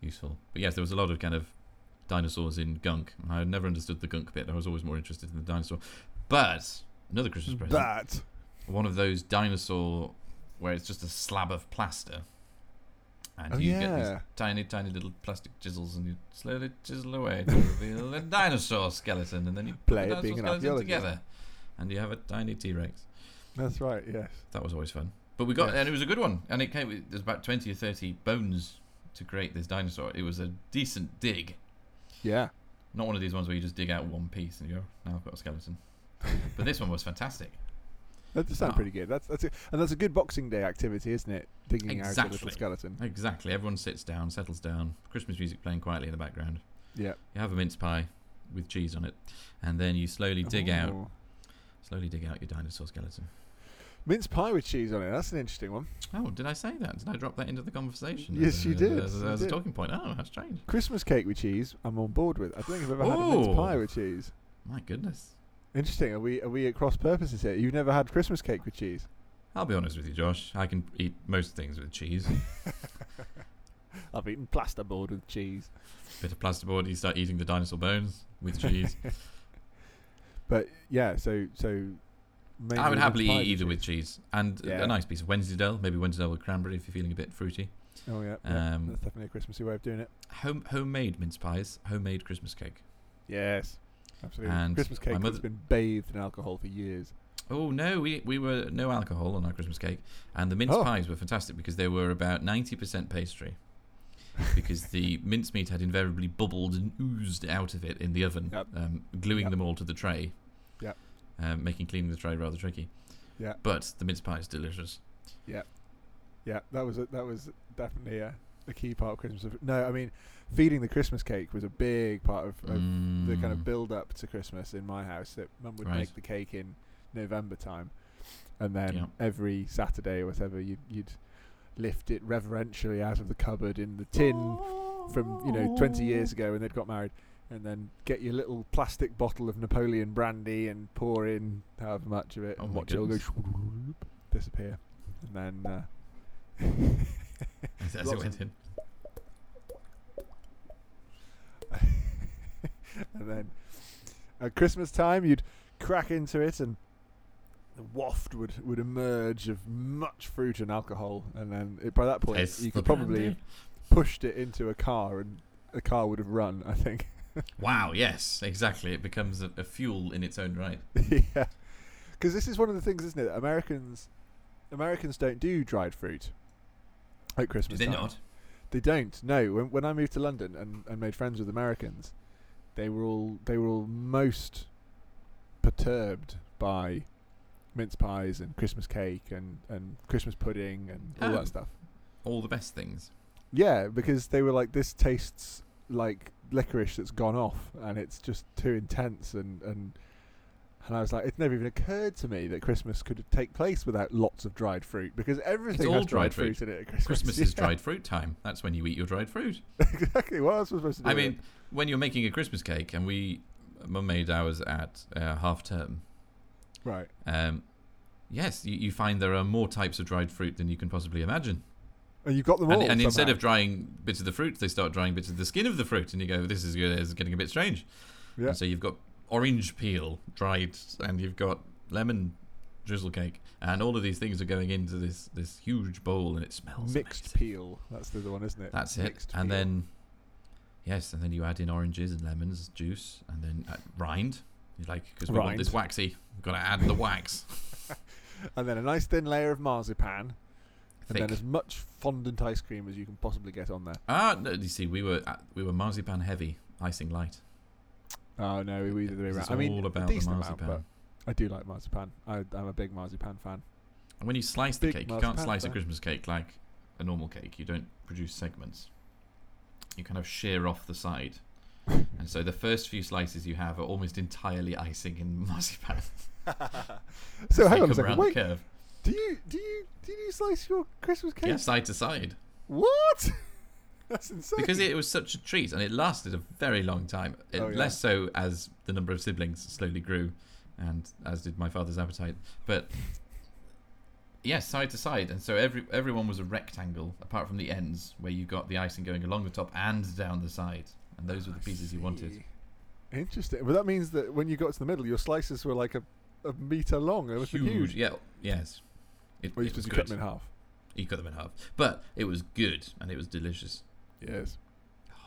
[SPEAKER 2] useful. But yes, there was a lot of kind of dinosaurs in gunk, and I never understood the gunk bit. I was always more interested in the dinosaur. But another Christmas present,
[SPEAKER 1] But
[SPEAKER 2] one of those dinosaur where it's just a slab of plaster, and
[SPEAKER 1] Oh,
[SPEAKER 2] you get these
[SPEAKER 1] yeah.
[SPEAKER 2] tiny, tiny little plastic chisels, and you slowly chisel away to reveal a dinosaur skeleton, and then you
[SPEAKER 1] Play it
[SPEAKER 2] put the
[SPEAKER 1] being an
[SPEAKER 2] dinosaur skeleton
[SPEAKER 1] archaeologist.
[SPEAKER 2] together, and you have a tiny T Rex.
[SPEAKER 1] that's right. Yes.
[SPEAKER 2] That was always fun. But we got,
[SPEAKER 1] Yes.
[SPEAKER 2] and it was a good one. And it came with, there's about 20 or 30 bones to create this dinosaur. It was a decent dig.
[SPEAKER 1] Yeah.
[SPEAKER 2] Not one of these ones where you just dig out one piece and you go, now I've got a skeleton. but this one was fantastic.
[SPEAKER 1] That does sound
[SPEAKER 2] Ah.
[SPEAKER 1] pretty good. That's that's a, and that's a good Boxing Day activity, isn't it? Digging out a little
[SPEAKER 2] Exactly.
[SPEAKER 1] skeleton.
[SPEAKER 2] Exactly. Everyone sits down, settles down, Christmas music playing quietly in the background.
[SPEAKER 1] Yeah.
[SPEAKER 2] You have a mince pie with cheese on it. And then you slowly dig out,
[SPEAKER 1] Oh.
[SPEAKER 2] slowly dig out your dinosaur skeleton.
[SPEAKER 1] mince pie with cheese on it. That's an interesting one.
[SPEAKER 2] Oh, did I say that? Did I drop that into the conversation?
[SPEAKER 1] Yes,
[SPEAKER 2] as a-
[SPEAKER 1] you
[SPEAKER 2] as
[SPEAKER 1] did.
[SPEAKER 2] a- As, a-
[SPEAKER 1] You
[SPEAKER 2] as a
[SPEAKER 1] did.
[SPEAKER 2] talking point. Oh, how strange.
[SPEAKER 1] Christmas cake with cheese. I'm on board with. I don't think I've ever had a mince
[SPEAKER 2] Oh.
[SPEAKER 1] pie with cheese.
[SPEAKER 2] My goodness.
[SPEAKER 1] Interesting. Are we are we at cross purposes here? You've never had Christmas cake with cheese.
[SPEAKER 2] I'll be honest with you, Josh. I can eat most things with cheese.
[SPEAKER 1] I've eaten plasterboard with cheese.
[SPEAKER 2] Bit of plasterboard, you start eating the dinosaur bones with cheese.
[SPEAKER 1] But yeah, so so.
[SPEAKER 2] I
[SPEAKER 1] mainly
[SPEAKER 2] would
[SPEAKER 1] mince
[SPEAKER 2] happily
[SPEAKER 1] pie
[SPEAKER 2] eat either with cheese and
[SPEAKER 1] Yeah.
[SPEAKER 2] a nice piece of Wednesdale, maybe Wednesdale with cranberry if you're feeling a bit fruity.
[SPEAKER 1] Oh yeah, yeah.
[SPEAKER 2] Um,
[SPEAKER 1] that's definitely a Christmassy way of doing it.
[SPEAKER 2] Home homemade mince pies, homemade Christmas cake.
[SPEAKER 1] Yes, absolutely.
[SPEAKER 2] And
[SPEAKER 1] Christmas
[SPEAKER 2] my
[SPEAKER 1] cake has
[SPEAKER 2] mother-
[SPEAKER 1] been bathed in alcohol for years.
[SPEAKER 2] Oh no, we we were no alcohol on our Christmas cake, and the mince
[SPEAKER 1] Oh.
[SPEAKER 2] pies were fantastic because they were about ninety percent pastry, because the mincemeat had invariably bubbled and oozed out of it in the oven,
[SPEAKER 1] Yep.
[SPEAKER 2] um, gluing
[SPEAKER 1] Yep.
[SPEAKER 2] them all to the tray,
[SPEAKER 1] Yep.
[SPEAKER 2] um, making cleaning the tray rather tricky.
[SPEAKER 1] Yeah.
[SPEAKER 2] but the mince pie is delicious.
[SPEAKER 1] Yeah, that was a, that was definitely a, a key part of Christmas. No, I mean, feeding the Christmas cake was a big part of, of the kind of
[SPEAKER 2] Mm.
[SPEAKER 1] build up to Christmas in my house. That mum would
[SPEAKER 2] Right.
[SPEAKER 1] make the cake in November time, and then
[SPEAKER 2] Yeah.
[SPEAKER 1] every Saturday or whatever, you'd, you'd lift it reverentially out of the cupboard in the tin from you know 20 years ago when they'd got married, and then get your little plastic bottle of Napoleon brandy and pour in however much of it,
[SPEAKER 2] Oh
[SPEAKER 1] and
[SPEAKER 2] my
[SPEAKER 1] watch it all go
[SPEAKER 2] goodness.
[SPEAKER 1] disappear, and then. Uh,
[SPEAKER 2] As it
[SPEAKER 1] Lots
[SPEAKER 2] went in.
[SPEAKER 1] and then at Christmas time you'd crack into it and the waft would, would emerge of much fruit and alcohol and then it, by that point
[SPEAKER 2] Taste
[SPEAKER 1] you
[SPEAKER 2] the
[SPEAKER 1] could probably
[SPEAKER 2] brandy.
[SPEAKER 1] have pushed it into a car and the car would have run I think
[SPEAKER 2] Wow, yes, exactly. It becomes a, a fuel in its own right.
[SPEAKER 1] yeah, because this is one of the things, isn't it? that Americans, Americans don't do dried fruit at
[SPEAKER 2] Do
[SPEAKER 1] Christmas.
[SPEAKER 2] they
[SPEAKER 1] time.
[SPEAKER 2] not?
[SPEAKER 1] They don't. No. When, when I moved to London and, and made friends with Americans, they were all they were all most perturbed by mince pies and Christmas cake and, and Christmas pudding and all
[SPEAKER 2] Oh.
[SPEAKER 1] that stuff.
[SPEAKER 2] All the best things.
[SPEAKER 1] Yeah, because they were like, this tastes like licorice that's gone off, and it's just too intense. And and and I was like, it never even occurred to me that Christmas could take place without lots of dried fruit because everything
[SPEAKER 2] all
[SPEAKER 1] has dried
[SPEAKER 2] dried fruit.
[SPEAKER 1] fruit. in it. At Christmas,
[SPEAKER 2] Christmas
[SPEAKER 1] Yeah,
[SPEAKER 2] is dried fruit time. That's when you eat your dried fruit.
[SPEAKER 1] exactly. What else was supposed to do?
[SPEAKER 2] I
[SPEAKER 1] with
[SPEAKER 2] mean, when you're making a Christmas cake, and we, mum made ours at uh, half term.
[SPEAKER 1] it? right.
[SPEAKER 2] Um, yes, you, you find there are more types of dried fruit than you can possibly imagine.
[SPEAKER 1] And you got them all.
[SPEAKER 2] and and instead
[SPEAKER 1] somehow.
[SPEAKER 2] of drying bits of the fruit, they start drying bits of the skin of the fruit, and you go, "This is, this is getting a bit strange."
[SPEAKER 1] Yeah.
[SPEAKER 2] And so you've got orange peel dried, and you've got lemon drizzle cake, and all of these things are going into this this huge bowl, and it smells
[SPEAKER 1] mixed
[SPEAKER 2] amazing.
[SPEAKER 1] peel. That's the other one, isn't it?
[SPEAKER 2] That's it.
[SPEAKER 1] Mixed
[SPEAKER 2] and
[SPEAKER 1] peel.
[SPEAKER 2] then, yes, and then you add in oranges and lemons juice, and then uh, rind. You like because we want
[SPEAKER 1] Rind.
[SPEAKER 2] this waxy. We've got to add the wax.
[SPEAKER 1] and then a nice thin layer of marzipan, and
[SPEAKER 2] Thick.
[SPEAKER 1] then as much fondant ice cream as you can possibly get on there.
[SPEAKER 2] Ah, no, you see, we were uh, we were marzipan heavy, icing light.
[SPEAKER 1] Oh no, we either the way
[SPEAKER 2] It's
[SPEAKER 1] around.
[SPEAKER 2] all
[SPEAKER 1] I mean,
[SPEAKER 2] about
[SPEAKER 1] a
[SPEAKER 2] the
[SPEAKER 1] decent
[SPEAKER 2] marzipan.
[SPEAKER 1] amount, but I do like marzipan. I, I'm a big marzipan fan.
[SPEAKER 2] and when you slice the
[SPEAKER 1] big
[SPEAKER 2] cake, you can't
[SPEAKER 1] marzipan
[SPEAKER 2] slice a
[SPEAKER 1] fan.
[SPEAKER 2] Christmas cake like a normal cake. You don't produce segments. You kind of shear off the side, and so the first few slices you have are almost entirely icing and marzipan.
[SPEAKER 1] so
[SPEAKER 2] They
[SPEAKER 1] hang on
[SPEAKER 2] come
[SPEAKER 1] a second.
[SPEAKER 2] round the
[SPEAKER 1] Wait,
[SPEAKER 2] curve.
[SPEAKER 1] do you do you do you slice your Christmas cake?
[SPEAKER 2] yeah, side to side.
[SPEAKER 1] What? That's insane.
[SPEAKER 2] because it was such a treat and it lasted a very long time. It-
[SPEAKER 1] Oh, yeah.
[SPEAKER 2] Less so as the number of siblings slowly grew, and as did my father's appetite. But yes, side to side, and so every everyone was a rectangle apart from the ends where you got the icing going along the top and down the side, and those were the pieces you wanted.
[SPEAKER 1] See. Interesting. But that means that when you got to the middle, your slices were like a, a meter long. It was
[SPEAKER 2] Huge,
[SPEAKER 1] huge.
[SPEAKER 2] yeah, yes. It,
[SPEAKER 1] Or you
[SPEAKER 2] it was
[SPEAKER 1] just cut
[SPEAKER 2] good.
[SPEAKER 1] them in half.
[SPEAKER 2] You cut them in half, but it was good and it was delicious.
[SPEAKER 1] Yes.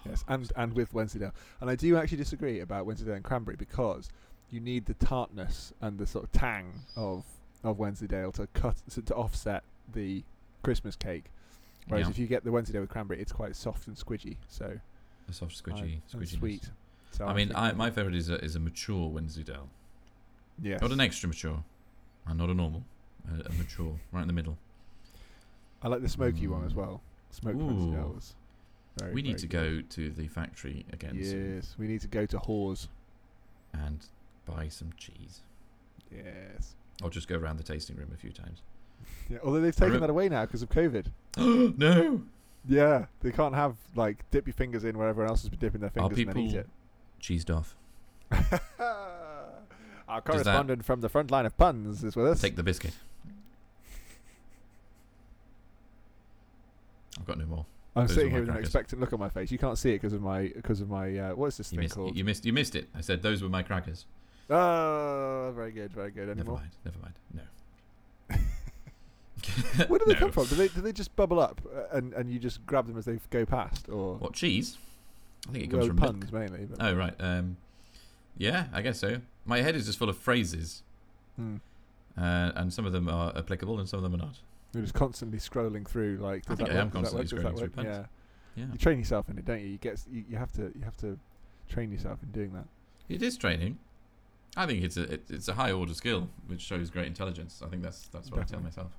[SPEAKER 1] Yes, and and with Wednesday and I do actually disagree about Wednesday and cranberry because you need the tartness and the sort of tang of of Wednesday to cut to, to offset the Christmas cake. Whereas
[SPEAKER 2] Yeah.
[SPEAKER 1] if you get the Wednesday with cranberry, it's quite soft and squidgy. So
[SPEAKER 2] A soft
[SPEAKER 1] I-
[SPEAKER 2] squidgy,
[SPEAKER 1] and
[SPEAKER 2] squidginess.
[SPEAKER 1] sweet. So
[SPEAKER 2] I mean,
[SPEAKER 1] think-
[SPEAKER 2] I, my favorite is a, is a mature Wensleydale.
[SPEAKER 1] yes.
[SPEAKER 2] Not an extra mature, and not a normal, uh, a, a mature, right in the middle.
[SPEAKER 1] I like the smoky one as
[SPEAKER 2] Mm.
[SPEAKER 1] well. Smoked
[SPEAKER 2] Ooh.
[SPEAKER 1] Wednesday was very,
[SPEAKER 2] we need
[SPEAKER 1] very
[SPEAKER 2] to
[SPEAKER 1] good.
[SPEAKER 2] go to the factory again soon
[SPEAKER 1] Yes, we need to go to Hawes.
[SPEAKER 2] and buy some cheese,
[SPEAKER 1] Yes.
[SPEAKER 2] or just go around the tasting room a few times.
[SPEAKER 1] Yeah, although they've taken
[SPEAKER 2] rem-
[SPEAKER 1] that away now because of COVID.
[SPEAKER 2] no,
[SPEAKER 1] Yeah, they can't have like dip your fingers in where everyone else has been dipping their
[SPEAKER 2] are
[SPEAKER 1] fingers and then eat
[SPEAKER 2] people
[SPEAKER 1] it.
[SPEAKER 2] cheesed off?
[SPEAKER 1] Our correspondent from the front line of puns is with us.
[SPEAKER 2] Take the biscuit. I've got no more.
[SPEAKER 1] I'm
[SPEAKER 2] those are
[SPEAKER 1] sitting
[SPEAKER 2] my
[SPEAKER 1] here with an
[SPEAKER 2] crackers.
[SPEAKER 1] expectant look on my face. You can't see it because of my because of my uh, what is this
[SPEAKER 2] You
[SPEAKER 1] thing
[SPEAKER 2] missed,
[SPEAKER 1] called?
[SPEAKER 2] you missed. You missed it. I said those were my crackers.
[SPEAKER 1] Ah, very good, very good. Any
[SPEAKER 2] Never
[SPEAKER 1] more?
[SPEAKER 2] mind. Never mind. No.
[SPEAKER 1] Where do they
[SPEAKER 2] No.
[SPEAKER 1] come from? Do they do they just bubble up uh, and and you just grab them as they go past, or
[SPEAKER 2] What cheese? I think it comes
[SPEAKER 1] well,
[SPEAKER 2] from milk.
[SPEAKER 1] puns mainly? But,
[SPEAKER 2] Oh right. Um, yeah, I guess so. My head is just full of phrases,
[SPEAKER 1] Hmm.
[SPEAKER 2] uh, and some of them are applicable and some of them are not.
[SPEAKER 1] You're just constantly scrolling through like.
[SPEAKER 2] I
[SPEAKER 1] does
[SPEAKER 2] think
[SPEAKER 1] that
[SPEAKER 2] I am
[SPEAKER 1] work? Does that
[SPEAKER 2] constantly
[SPEAKER 1] work? Does that
[SPEAKER 2] scrolling through
[SPEAKER 1] work?
[SPEAKER 2] puns.
[SPEAKER 1] Yeah.
[SPEAKER 2] Yeah,
[SPEAKER 1] you train yourself in it, don't you? You get you, you have to you have to train yourself in doing that.
[SPEAKER 2] it is training. I think it's a it, it's a high order skill which shows great intelligence. I think that's that's what I
[SPEAKER 1] Definitely.
[SPEAKER 2] tell myself.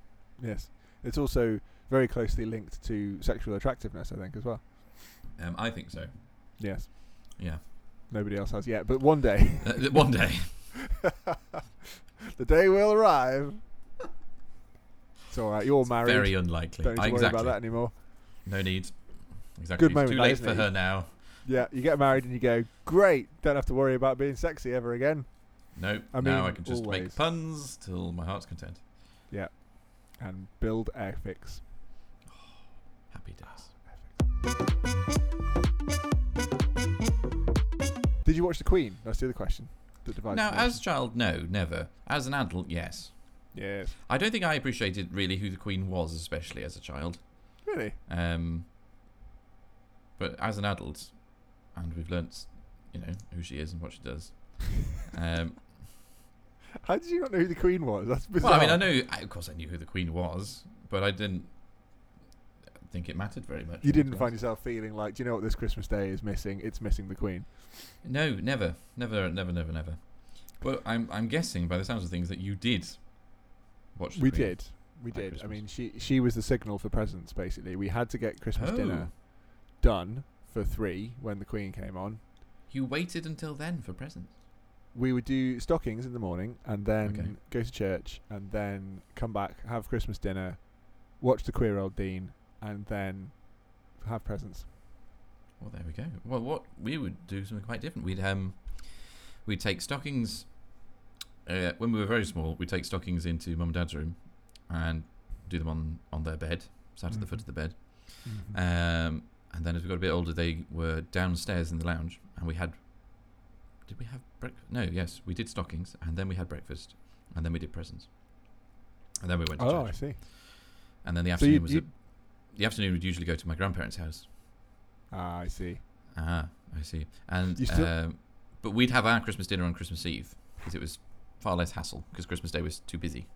[SPEAKER 1] Yes, it's also very closely linked to sexual attractiveness, I think, as well.
[SPEAKER 2] Um, I think so.
[SPEAKER 1] Yes,
[SPEAKER 2] Yeah.
[SPEAKER 1] nobody else has yet, but one day,
[SPEAKER 2] Uh, th- one day.
[SPEAKER 1] the day will arrive. It's all right. You're married.
[SPEAKER 2] Very unlikely.
[SPEAKER 1] don't need to
[SPEAKER 2] Ah,
[SPEAKER 1] worry
[SPEAKER 2] exactly.
[SPEAKER 1] about that anymore.
[SPEAKER 2] No need. Exactly.
[SPEAKER 1] moment,
[SPEAKER 2] it's too
[SPEAKER 1] that,
[SPEAKER 2] late
[SPEAKER 1] isn't
[SPEAKER 2] for
[SPEAKER 1] it?
[SPEAKER 2] her now.
[SPEAKER 1] Yeah, you get married and you go, great. Don't have to worry about being sexy ever again.
[SPEAKER 2] No.
[SPEAKER 1] I
[SPEAKER 2] now
[SPEAKER 1] mean,
[SPEAKER 2] I can just
[SPEAKER 1] always.
[SPEAKER 2] make puns till my heart's content.
[SPEAKER 1] And build airfix.
[SPEAKER 2] Happy days.
[SPEAKER 1] Did you watch The Queen? That's the other question. That divides
[SPEAKER 2] Now,
[SPEAKER 1] the
[SPEAKER 2] as a child, no, never. As an adult, yes.
[SPEAKER 1] nation. yes,
[SPEAKER 2] I don't think I appreciated really who the Queen was, especially as a child.
[SPEAKER 1] really,
[SPEAKER 2] Um, but as an adult, and we've learnt you know who she is and what she does. Um,
[SPEAKER 1] How did you not know who the Queen was? That's bizarre.
[SPEAKER 2] well, I mean, I knew, I- of course, I knew who the Queen was, but I didn't think it mattered very much.
[SPEAKER 1] You
[SPEAKER 2] to be
[SPEAKER 1] didn't find
[SPEAKER 2] honest.
[SPEAKER 1] yourself feeling like, do you know what this Christmas Day is missing? It's missing the Queen.
[SPEAKER 2] No, never, never, never, never, never. Well, I'm, I'm guessing by the sounds of things that you did watch. The
[SPEAKER 1] We
[SPEAKER 2] Queen.
[SPEAKER 1] did. We
[SPEAKER 2] At
[SPEAKER 1] did. I
[SPEAKER 2] Christmas.
[SPEAKER 1] mean, she she was the signal for presents basically. We had to get Christmas
[SPEAKER 2] Oh.
[SPEAKER 1] dinner done for 3 when the Queen came on.
[SPEAKER 2] You waited until then for presents.
[SPEAKER 1] We would do stockings in the morning and then
[SPEAKER 2] Okay.
[SPEAKER 1] go to church and then come back, have Christmas dinner, watch the Queer Old Dean and then have presents.
[SPEAKER 2] Well, there we go. Well, what we would do something quite different. We'd um, we'd take stockings. Uh, when we were very small, we'd take stockings into mum and dad's room, and do them on on their bed, sat at the foot
[SPEAKER 1] Mhm.
[SPEAKER 2] of the bed. Um, and then as we got a bit older, they were downstairs in the lounge, and we had. Did we have breakfast? No, yes, we did stockings, and then we had breakfast, and then we did presents, and then we went to
[SPEAKER 1] oh, I
[SPEAKER 2] church,
[SPEAKER 1] see.
[SPEAKER 2] and then the
[SPEAKER 1] So you
[SPEAKER 2] afternoon was
[SPEAKER 1] you
[SPEAKER 2] at, the afternoon would usually go to my grandparents' house,
[SPEAKER 1] Ah, I see.
[SPEAKER 2] Ah, I see. And
[SPEAKER 1] You still-
[SPEAKER 2] um, but we'd have our Christmas dinner on Christmas Eve because it was far less hassle because Christmas Day was too busy.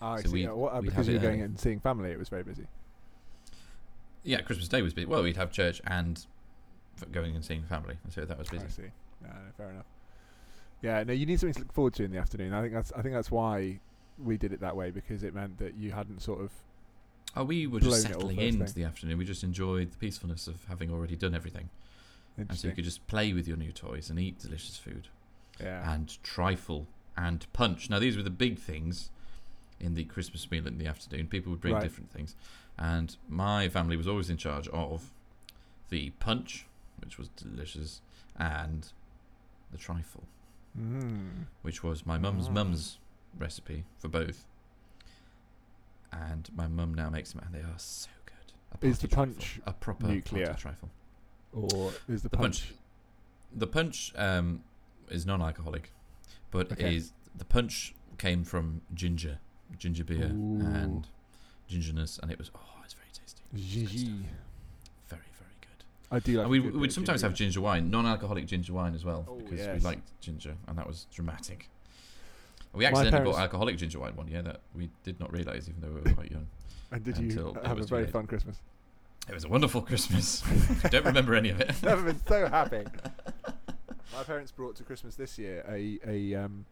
[SPEAKER 1] Ah, I
[SPEAKER 2] So
[SPEAKER 1] see.
[SPEAKER 2] we-
[SPEAKER 1] Yeah, what- uh,
[SPEAKER 2] we
[SPEAKER 1] because
[SPEAKER 2] have
[SPEAKER 1] you were
[SPEAKER 2] it
[SPEAKER 1] going
[SPEAKER 2] early.
[SPEAKER 1] out and seeing family, it was very busy.
[SPEAKER 2] Yeah, Christmas Day was busy. Well, we'd have church and f- going and seeing family, and so that was busy.
[SPEAKER 1] I see. No, no, fair enough. Yeah, no, you need something to look forward to in the afternoon. I think that's I think that's why we did it that way because it meant that you hadn't sort of
[SPEAKER 2] Oh, we were
[SPEAKER 1] Blown
[SPEAKER 2] just
[SPEAKER 1] it all
[SPEAKER 2] settling
[SPEAKER 1] first
[SPEAKER 2] into
[SPEAKER 1] thing.
[SPEAKER 2] the afternoon. We just enjoyed the peacefulness of having already done everything, and so
[SPEAKER 1] interesting.
[SPEAKER 2] you could just play with your new toys and eat delicious food
[SPEAKER 1] yeah.
[SPEAKER 2] and trifle and punch. Now, these were the big things in the Christmas meal in the afternoon. People would bring
[SPEAKER 1] Right.
[SPEAKER 2] different things. And my family was always in charge of the punch, which was delicious, and the trifle,
[SPEAKER 1] Mm.
[SPEAKER 2] which was my mum's
[SPEAKER 1] Ah.
[SPEAKER 2] mum's recipe for both. And my mum now makes them, and they are so good. A
[SPEAKER 1] Is the
[SPEAKER 2] party
[SPEAKER 1] punch
[SPEAKER 2] trifle, a proper party
[SPEAKER 1] nuclear?
[SPEAKER 2] trifle?
[SPEAKER 1] Or is the,
[SPEAKER 2] The
[SPEAKER 1] punch.
[SPEAKER 2] punch. The punch um, is non-alcoholic, but
[SPEAKER 1] Okay.
[SPEAKER 2] is the punch came from ginger, ginger beer,
[SPEAKER 1] Ooh.
[SPEAKER 2] and gingerness, and it was oh, it's very tasty,
[SPEAKER 1] Gigi.
[SPEAKER 2] very very good.
[SPEAKER 1] I do like.
[SPEAKER 2] and
[SPEAKER 1] a
[SPEAKER 2] we
[SPEAKER 1] good
[SPEAKER 2] we
[SPEAKER 1] bit
[SPEAKER 2] would
[SPEAKER 1] of
[SPEAKER 2] sometimes
[SPEAKER 1] ginger
[SPEAKER 2] have
[SPEAKER 1] ale.
[SPEAKER 2] ginger wine, non-alcoholic ginger wine as well,
[SPEAKER 1] Oh,
[SPEAKER 2] because
[SPEAKER 1] yes.
[SPEAKER 2] we liked ginger, and that was dramatic. We
[SPEAKER 1] My
[SPEAKER 2] accidentally
[SPEAKER 1] parents-
[SPEAKER 2] bought alcoholic ginger wine one year that we did not realize, even though we were quite young.
[SPEAKER 1] And did you
[SPEAKER 2] until it
[SPEAKER 1] have a
[SPEAKER 2] was too
[SPEAKER 1] very
[SPEAKER 2] late.
[SPEAKER 1] fun Christmas?
[SPEAKER 2] It was a wonderful Christmas. Don't remember any of it.
[SPEAKER 1] Never been so happy. My parents brought to Christmas this year a a um,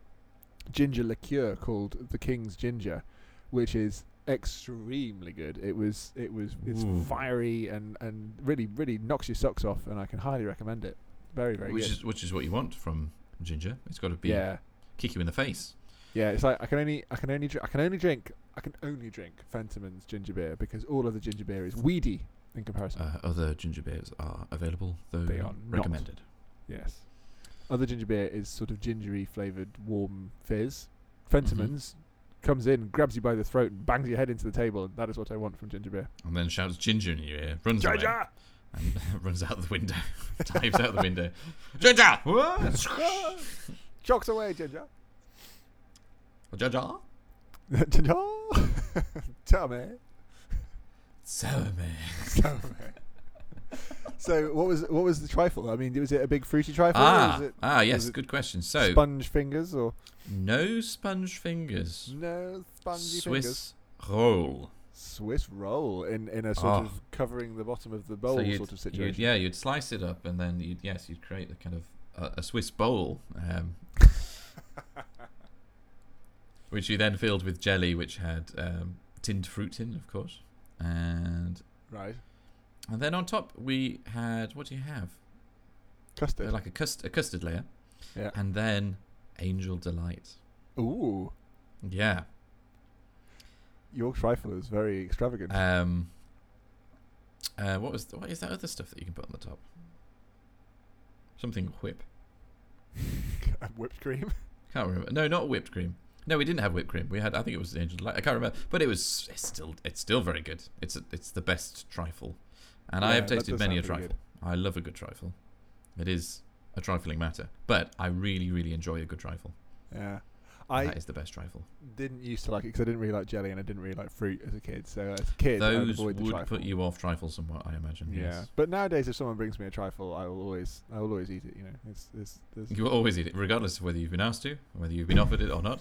[SPEAKER 1] ginger liqueur called the King's Ginger, which is extremely good. It was it was it's
[SPEAKER 2] Ooh.
[SPEAKER 1] fiery and and really really knocks your socks off, and I can highly recommend it. Very very
[SPEAKER 2] which
[SPEAKER 1] good.
[SPEAKER 2] is which is what you want from ginger. It's got to be
[SPEAKER 1] yeah,
[SPEAKER 2] kick you in the face.
[SPEAKER 1] yeah. It's like I can only I can only drink I can only drink I can only drink Fentimans ginger beer because all of the ginger beer is weedy in comparison.
[SPEAKER 2] Uh, other ginger beers are available, though
[SPEAKER 1] They are
[SPEAKER 2] not
[SPEAKER 1] not.
[SPEAKER 2] recommended.
[SPEAKER 1] Yes. Other ginger beer is sort of gingery flavoured warm fizz. Fentimans comes in, grabs you by the throat, and bangs your head into the table. and That is what I want from ginger beer.
[SPEAKER 2] And then shouts ginger in your ear, runs away,
[SPEAKER 1] Ginger!
[SPEAKER 2] and runs out the window, dives out the window. Ginger! Whoa!
[SPEAKER 1] Chocks away, ginger!
[SPEAKER 2] ginger?
[SPEAKER 1] ginger! Tell me.
[SPEAKER 2] So amazing.
[SPEAKER 1] Tell me. so what was what was the trifle? I mean, was it a big fruity trifle? or
[SPEAKER 2] Ah,
[SPEAKER 1] was it
[SPEAKER 2] ah, yes,
[SPEAKER 1] it
[SPEAKER 2] good question. So,
[SPEAKER 1] sponge fingers or
[SPEAKER 2] no sponge fingers.
[SPEAKER 1] no spongy
[SPEAKER 2] Swiss
[SPEAKER 1] fingers?
[SPEAKER 2] roll.
[SPEAKER 1] Swiss roll in in a sort
[SPEAKER 2] Oh.
[SPEAKER 1] of covering the bottom of the bowl
[SPEAKER 2] you'd-
[SPEAKER 1] sort of
[SPEAKER 2] you'd-
[SPEAKER 1] situation.
[SPEAKER 2] yeah, you'd slice it up, and then you'd yes, you'd create a kind of uh, a, a Swiss bowl, um, which you then filled with jelly, which had um, tinned fruit in, of course, and
[SPEAKER 1] Right.
[SPEAKER 2] and then on top we had what do you have? Uh,
[SPEAKER 1] Custard.
[SPEAKER 2] like a cust- a custard layer,
[SPEAKER 1] Yeah.
[SPEAKER 2] and then angel delight.
[SPEAKER 1] Ooh.
[SPEAKER 2] Yeah,
[SPEAKER 1] Your trifle is very extravagant.
[SPEAKER 2] Um, uh, what was the, what is that other stuff that you can put on the top? Something whip.
[SPEAKER 1] Whipped cream.
[SPEAKER 2] Can't remember. No, not whipped cream. No, we didn't have whipped cream. We had I think it was angel delight. I can't remember, but it was it's still it's still very good. It's it's the best trifle, and I
[SPEAKER 1] Yeah,
[SPEAKER 2] have
[SPEAKER 1] that
[SPEAKER 2] tasted
[SPEAKER 1] does
[SPEAKER 2] many a
[SPEAKER 1] sound pretty
[SPEAKER 2] trifle. I love a good trifle. It is a trifling matter, but I really really enjoy a good trifle.
[SPEAKER 1] Yeah. I
[SPEAKER 2] that is the best trifle.
[SPEAKER 1] didn't used to like it because I didn't really like jelly and I didn't really like fruit as a kid. So as a kid, I would
[SPEAKER 2] Those
[SPEAKER 1] avoid
[SPEAKER 2] would
[SPEAKER 1] the trifle.
[SPEAKER 2] put you off trifle somewhat, I imagine.
[SPEAKER 1] yeah,
[SPEAKER 2] Yes.
[SPEAKER 1] but nowadays, if someone brings me a trifle, I will always, I will always eat it. You know, it's, it's, it's
[SPEAKER 2] You will always eat it, regardless of whether you've been asked to, whether you've been offered it or not.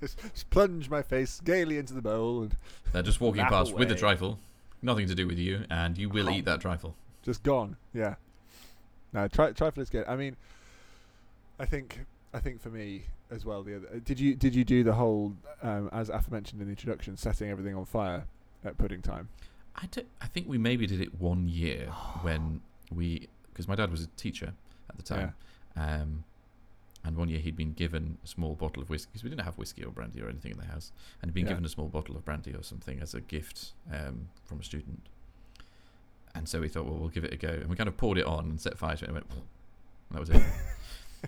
[SPEAKER 1] Just plunge my face gaily into the bowl and
[SPEAKER 2] They're just walking
[SPEAKER 1] Laugh
[SPEAKER 2] past with a
[SPEAKER 1] away.
[SPEAKER 2] trifle, nothing to do with you, and you will eat that trifle.
[SPEAKER 1] just gone. Yeah. No, tri- trifle is good. I mean, I think I think for me as well. The other uh, did you did you do the whole um, as aforementioned in the introduction, setting everything on fire at pudding time?
[SPEAKER 2] I, do, I think we maybe did it one year when we, because my dad was a teacher at the time, um, and one year he'd been given a small bottle of whiskey because we didn't have whiskey or brandy or anything in the house, and he'd been
[SPEAKER 1] Yeah.
[SPEAKER 2] given a small bottle of brandy or something as a gift um, from a student. And so we thought, well, we'll give it a go, and we kind of poured it on and set fire to it, and it went, and that was it.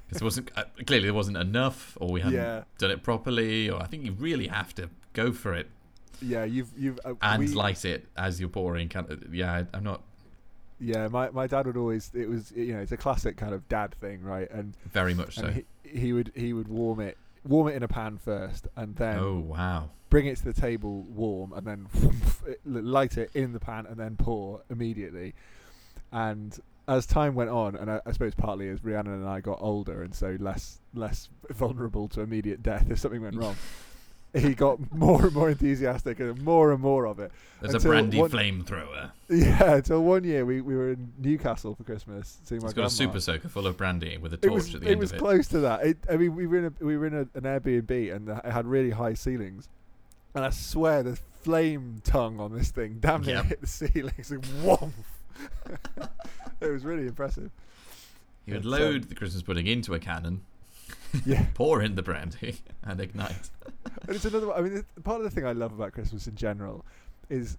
[SPEAKER 2] Because it wasn't uh, clearly there wasn't enough, or we hadn't
[SPEAKER 1] Yeah,
[SPEAKER 2] done it properly, or I think you really have to go for it
[SPEAKER 1] yeah. You've you've uh,
[SPEAKER 2] and
[SPEAKER 1] we-
[SPEAKER 2] light it as you're pouring. Kind of, yeah, I- I'm not
[SPEAKER 1] Yeah, my, my dad would always. It was you know it's a classic kind of dad thing, right? And
[SPEAKER 2] very much so.
[SPEAKER 1] and he, he would he would warm it warm it in a pan first, and then
[SPEAKER 2] oh wow!
[SPEAKER 1] bring it to the table warm and then light it in the pan and then pour immediately. And as time went on, and I, I suppose partly as Rhiannon and I got older and so less less vulnerable to immediate death if something went wrong, he got more and more enthusiastic and more and more of it.
[SPEAKER 2] There's a
[SPEAKER 1] Until
[SPEAKER 2] brandy
[SPEAKER 1] one-
[SPEAKER 2] flamethrower.
[SPEAKER 1] Yeah, until one year we, we were in Newcastle for Christmas seeing my
[SPEAKER 2] It's got a
[SPEAKER 1] grandma.
[SPEAKER 2] super soaker full of brandy with a
[SPEAKER 1] it
[SPEAKER 2] torch
[SPEAKER 1] was
[SPEAKER 2] at
[SPEAKER 1] it
[SPEAKER 2] the end
[SPEAKER 1] was
[SPEAKER 2] of it.
[SPEAKER 1] close to that. It, I mean, we were in a, we were in a, an Airbnb and it had really high ceilings, and I swear the flame tongue on this thing damn near
[SPEAKER 2] Yeah.
[SPEAKER 1] hit the ceilings. Like, whomp. it was really impressive.
[SPEAKER 2] you would
[SPEAKER 1] It's, um,
[SPEAKER 2] load the Christmas pudding into a cannon,
[SPEAKER 1] Yeah,
[SPEAKER 2] pour in the brandy, and ignite.
[SPEAKER 1] and it's another. one- I mean, it- part of the thing I love about Christmas in general is,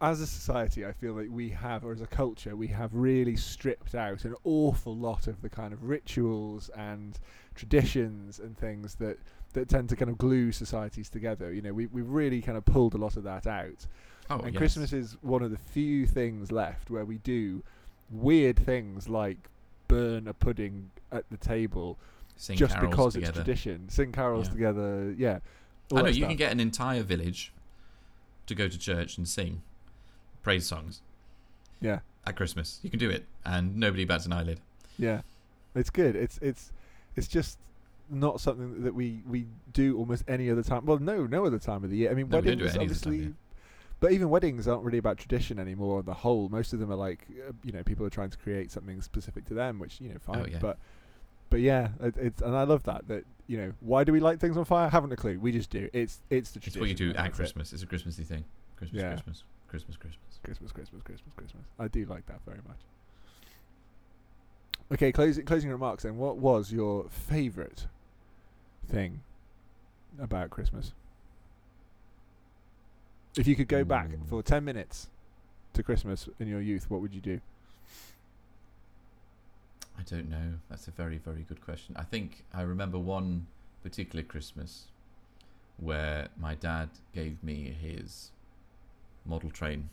[SPEAKER 1] as a society, I feel like we have, or as a culture, we have really stripped out an awful lot of the kind of rituals and traditions and things that that tend to kind of glue societies together. You know, we we've really kind of pulled a lot of that out
[SPEAKER 2] Oh,
[SPEAKER 1] and
[SPEAKER 2] yes.
[SPEAKER 1] Christmas is one of the few things left where we do weird things like burn a pudding at the table
[SPEAKER 2] Sing
[SPEAKER 1] just
[SPEAKER 2] carols
[SPEAKER 1] because
[SPEAKER 2] together.
[SPEAKER 1] it's tradition. Sing carols
[SPEAKER 2] Yeah.
[SPEAKER 1] together, yeah. all
[SPEAKER 2] I know
[SPEAKER 1] that
[SPEAKER 2] you can
[SPEAKER 1] stuff.
[SPEAKER 2] get an entire village to go to church and sing praise songs
[SPEAKER 1] yeah,
[SPEAKER 2] at Christmas. You can do it, and nobody bats an eyelid.
[SPEAKER 1] yeah. It's good. It's it's it's just not something that we we do almost any other time. Well, no, no other time of the year. I mean,
[SPEAKER 2] No, we don't
[SPEAKER 1] weddings
[SPEAKER 2] do it any other time,
[SPEAKER 1] obviously.
[SPEAKER 2] yeah.
[SPEAKER 1] But even weddings aren't really about tradition anymore on the whole. Most of them are like, uh, you know, people are trying to create something specific to them, which you know, fine.
[SPEAKER 2] Oh, yeah.
[SPEAKER 1] But but yeah, it, it's and I love that that you know, why do we light things on fire? haven't a clue. We just do. It's it's the
[SPEAKER 2] It's
[SPEAKER 1] tradition.
[SPEAKER 2] what you do
[SPEAKER 1] and
[SPEAKER 2] at
[SPEAKER 1] that's it.
[SPEAKER 2] Christmas. It's a Christmassy thing. Christmas,
[SPEAKER 1] Yeah.
[SPEAKER 2] Christmas, Christmas, Christmas.
[SPEAKER 1] Christmas, Christmas, Christmas, Christmas. I do like that very much. Okay, closing closing remarks. Then, what was your favourite thing about Christmas? If you could go back
[SPEAKER 2] Ooh.
[SPEAKER 1] for ten minutes to Christmas in your youth, what would you do?
[SPEAKER 2] I don't know. That's a very, very good question. I think I remember one particular Christmas where my dad gave me his model train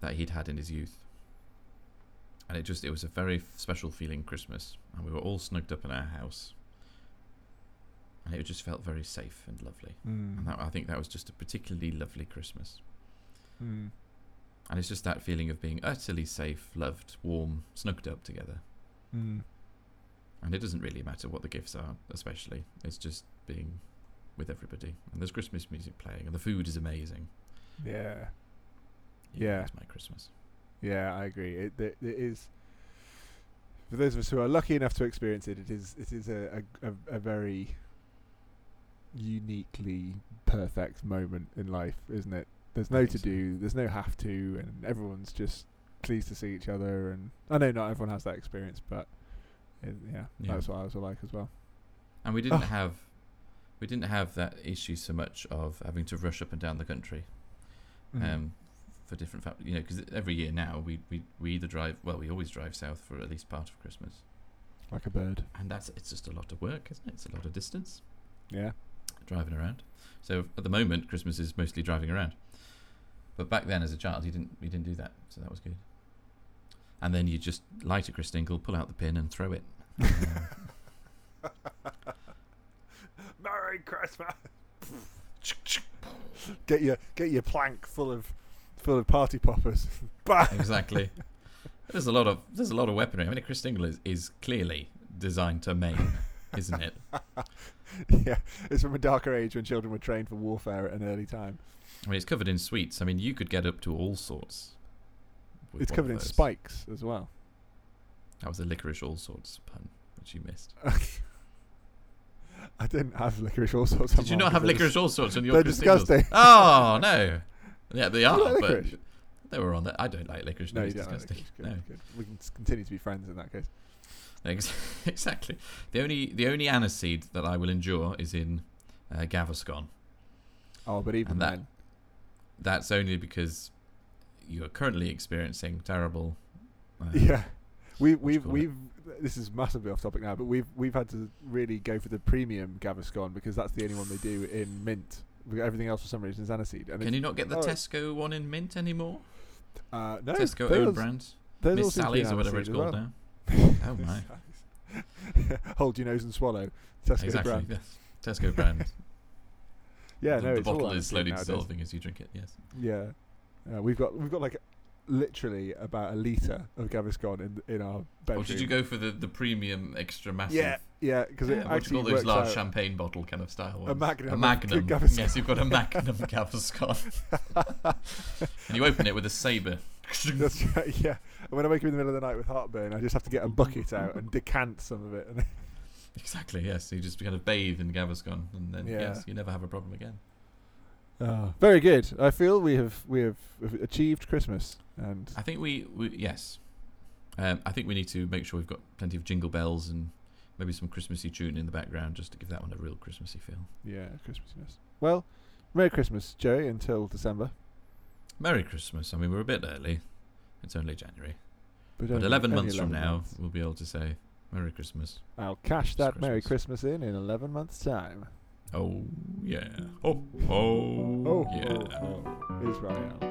[SPEAKER 2] that he'd had in his youth. And it just, it was a very f- special feeling Christmas. And we were all snugged up in our house. And it just felt very safe and lovely. And that, I think that was just a particularly lovely Christmas.
[SPEAKER 1] Mm.
[SPEAKER 2] And it's just that feeling of being utterly safe, loved, warm, snugged up together.
[SPEAKER 1] Mm.
[SPEAKER 2] And it doesn't really matter what the gifts are, especially. It's just being with everybody. And there's Christmas music playing, and the food is amazing.
[SPEAKER 1] Yeah. Yeah.
[SPEAKER 2] It's my Christmas.
[SPEAKER 1] Yeah, I agree. It, it, it is for those of us who are lucky enough to experience it. It is it is a a, a, a very uniquely perfect moment in life, isn't it? There's
[SPEAKER 2] I
[SPEAKER 1] no
[SPEAKER 2] think
[SPEAKER 1] to
[SPEAKER 2] so.
[SPEAKER 1] do, there's no have to, and everyone's just pleased to see each other. And I know not everyone has that experience, but it, yeah,
[SPEAKER 2] Yeah.
[SPEAKER 1] that's what I was like as well.
[SPEAKER 2] And we didn't
[SPEAKER 1] Oh.
[SPEAKER 2] have we didn't have that issue so much of having to rush up and down the country
[SPEAKER 1] Mm-hmm.
[SPEAKER 2] um, for different fa- you know because every year now we, we we either drive well we always drive south for at least part of Christmas
[SPEAKER 1] like a bird.
[SPEAKER 2] and that's it's just a lot of work isn't it it's a lot of distance
[SPEAKER 1] Yeah.
[SPEAKER 2] driving around. So at the moment, Christmas is mostly driving around. But back then, as a child, you didn't you didn't do that, so that was good. And then you just light a Christingle, pull out the pin, and throw it. Um,
[SPEAKER 1] Merry Christmas. get your get your plank full of full of party poppers. Bang.
[SPEAKER 2] exactly. There's a lot of there's a lot of weaponry. I mean, a Chris Dingle is, is clearly designed to maim, isn't it?
[SPEAKER 1] yeah, it's from a darker age when children were trained for warfare at an early time.
[SPEAKER 2] I mean, it's covered in sweets. I mean, you could get up to all sorts. with
[SPEAKER 1] it's
[SPEAKER 2] one of
[SPEAKER 1] covered in
[SPEAKER 2] those.
[SPEAKER 1] spikes as well.
[SPEAKER 2] That was a licorice all sorts pun, which you missed.
[SPEAKER 1] I didn't have licorice all sorts.
[SPEAKER 2] Did you not have licorice all sorts on your
[SPEAKER 1] They're
[SPEAKER 2] Chris Dingles?
[SPEAKER 1] disgusting.
[SPEAKER 2] Oh no. Yeah, they are.
[SPEAKER 1] like
[SPEAKER 2] but
[SPEAKER 1] licorice?
[SPEAKER 2] they were on that. I don't like licorice. No,
[SPEAKER 1] No, you
[SPEAKER 2] it's
[SPEAKER 1] don't. Like
[SPEAKER 2] disgusting.
[SPEAKER 1] licorice. Good,
[SPEAKER 2] no.
[SPEAKER 1] good. We can s- continue to be friends in that case.
[SPEAKER 2] Ex- exactly. The only the only aniseed that I will endure is in uh, Gaviscon.
[SPEAKER 1] Oh, but even
[SPEAKER 2] And that-
[SPEAKER 1] then,
[SPEAKER 2] That's only because you are currently experiencing terrible. Uh,
[SPEAKER 1] yeah, we, we've
[SPEAKER 2] call it?
[SPEAKER 1] we've this is massively off topic now, but we've we've had to really go for the premium Gaviscon because that's the only one they do in mint. We- Everything else for some reason is aniseed. And
[SPEAKER 2] Can you not get the
[SPEAKER 1] oh.
[SPEAKER 2] Tesco one in mint anymore?
[SPEAKER 1] it's- uh, no,
[SPEAKER 2] Tesco
[SPEAKER 1] those-
[SPEAKER 2] own brand,
[SPEAKER 1] those all
[SPEAKER 2] Miss
[SPEAKER 1] seem to be
[SPEAKER 2] Sally's or whatever
[SPEAKER 1] aniseed
[SPEAKER 2] it's
[SPEAKER 1] as
[SPEAKER 2] called
[SPEAKER 1] well.
[SPEAKER 2] now. Oh my,
[SPEAKER 1] Hold your nose and swallow. Tesco
[SPEAKER 2] exactly.
[SPEAKER 1] brand.
[SPEAKER 2] Yes. Tesco brand.
[SPEAKER 1] Yeah,
[SPEAKER 2] the,
[SPEAKER 1] no,
[SPEAKER 2] the
[SPEAKER 1] it's
[SPEAKER 2] bottle
[SPEAKER 1] all
[SPEAKER 2] is
[SPEAKER 1] aniseed
[SPEAKER 2] slowly
[SPEAKER 1] nowadays.
[SPEAKER 2] dissolving as you drink it. Yes.
[SPEAKER 1] Yeah, uh, we've got we've got like literally about a liter of Gaviscon in in our bedroom.
[SPEAKER 2] Or Oh, did you go for the, the premium extra massive?
[SPEAKER 1] Yeah, yeah, because
[SPEAKER 2] Yeah,
[SPEAKER 1] it
[SPEAKER 2] what do you
[SPEAKER 1] actually
[SPEAKER 2] call those
[SPEAKER 1] works
[SPEAKER 2] large
[SPEAKER 1] out.
[SPEAKER 2] champagne bottle kind of style ones?
[SPEAKER 1] magnum
[SPEAKER 2] A
[SPEAKER 1] of
[SPEAKER 2] magnum.
[SPEAKER 1] Gaviscon.
[SPEAKER 2] Yes, you've got a magnum Gaviscon. and you open it with a saber.
[SPEAKER 1] That's right, yeah. And when I wake up in the middle of the night with heartburn, I just have to get a bucket out and decant some of it. And
[SPEAKER 2] exactly. Yes, you just kind of bathe in Gaviscon, and then
[SPEAKER 1] Yeah.
[SPEAKER 2] yes, you never have a problem again.
[SPEAKER 1] Ah, Very good. I feel we have we have achieved Christmas. And
[SPEAKER 2] I think we, we yes, um, I think we need to make sure we've got plenty of jingle bells and maybe some Christmassy tune in the background just to give that one a real Christmassy feel.
[SPEAKER 1] yeah, Christmasiness. Well, Merry Christmas, Joey, until December.
[SPEAKER 2] Merry Christmas. I mean, we're a bit early. It's only January. But
[SPEAKER 1] only-
[SPEAKER 2] 11
[SPEAKER 1] only
[SPEAKER 2] months from
[SPEAKER 1] 11
[SPEAKER 2] now,
[SPEAKER 1] months.
[SPEAKER 2] we'll be able to say Merry Christmas.
[SPEAKER 1] I'll cash that
[SPEAKER 2] Christmas.
[SPEAKER 1] Merry Christmas in in 11 months' time.
[SPEAKER 2] Oh, yeah. Oh, oh,
[SPEAKER 1] Oh,
[SPEAKER 2] yeah.
[SPEAKER 1] oh, oh. Israel.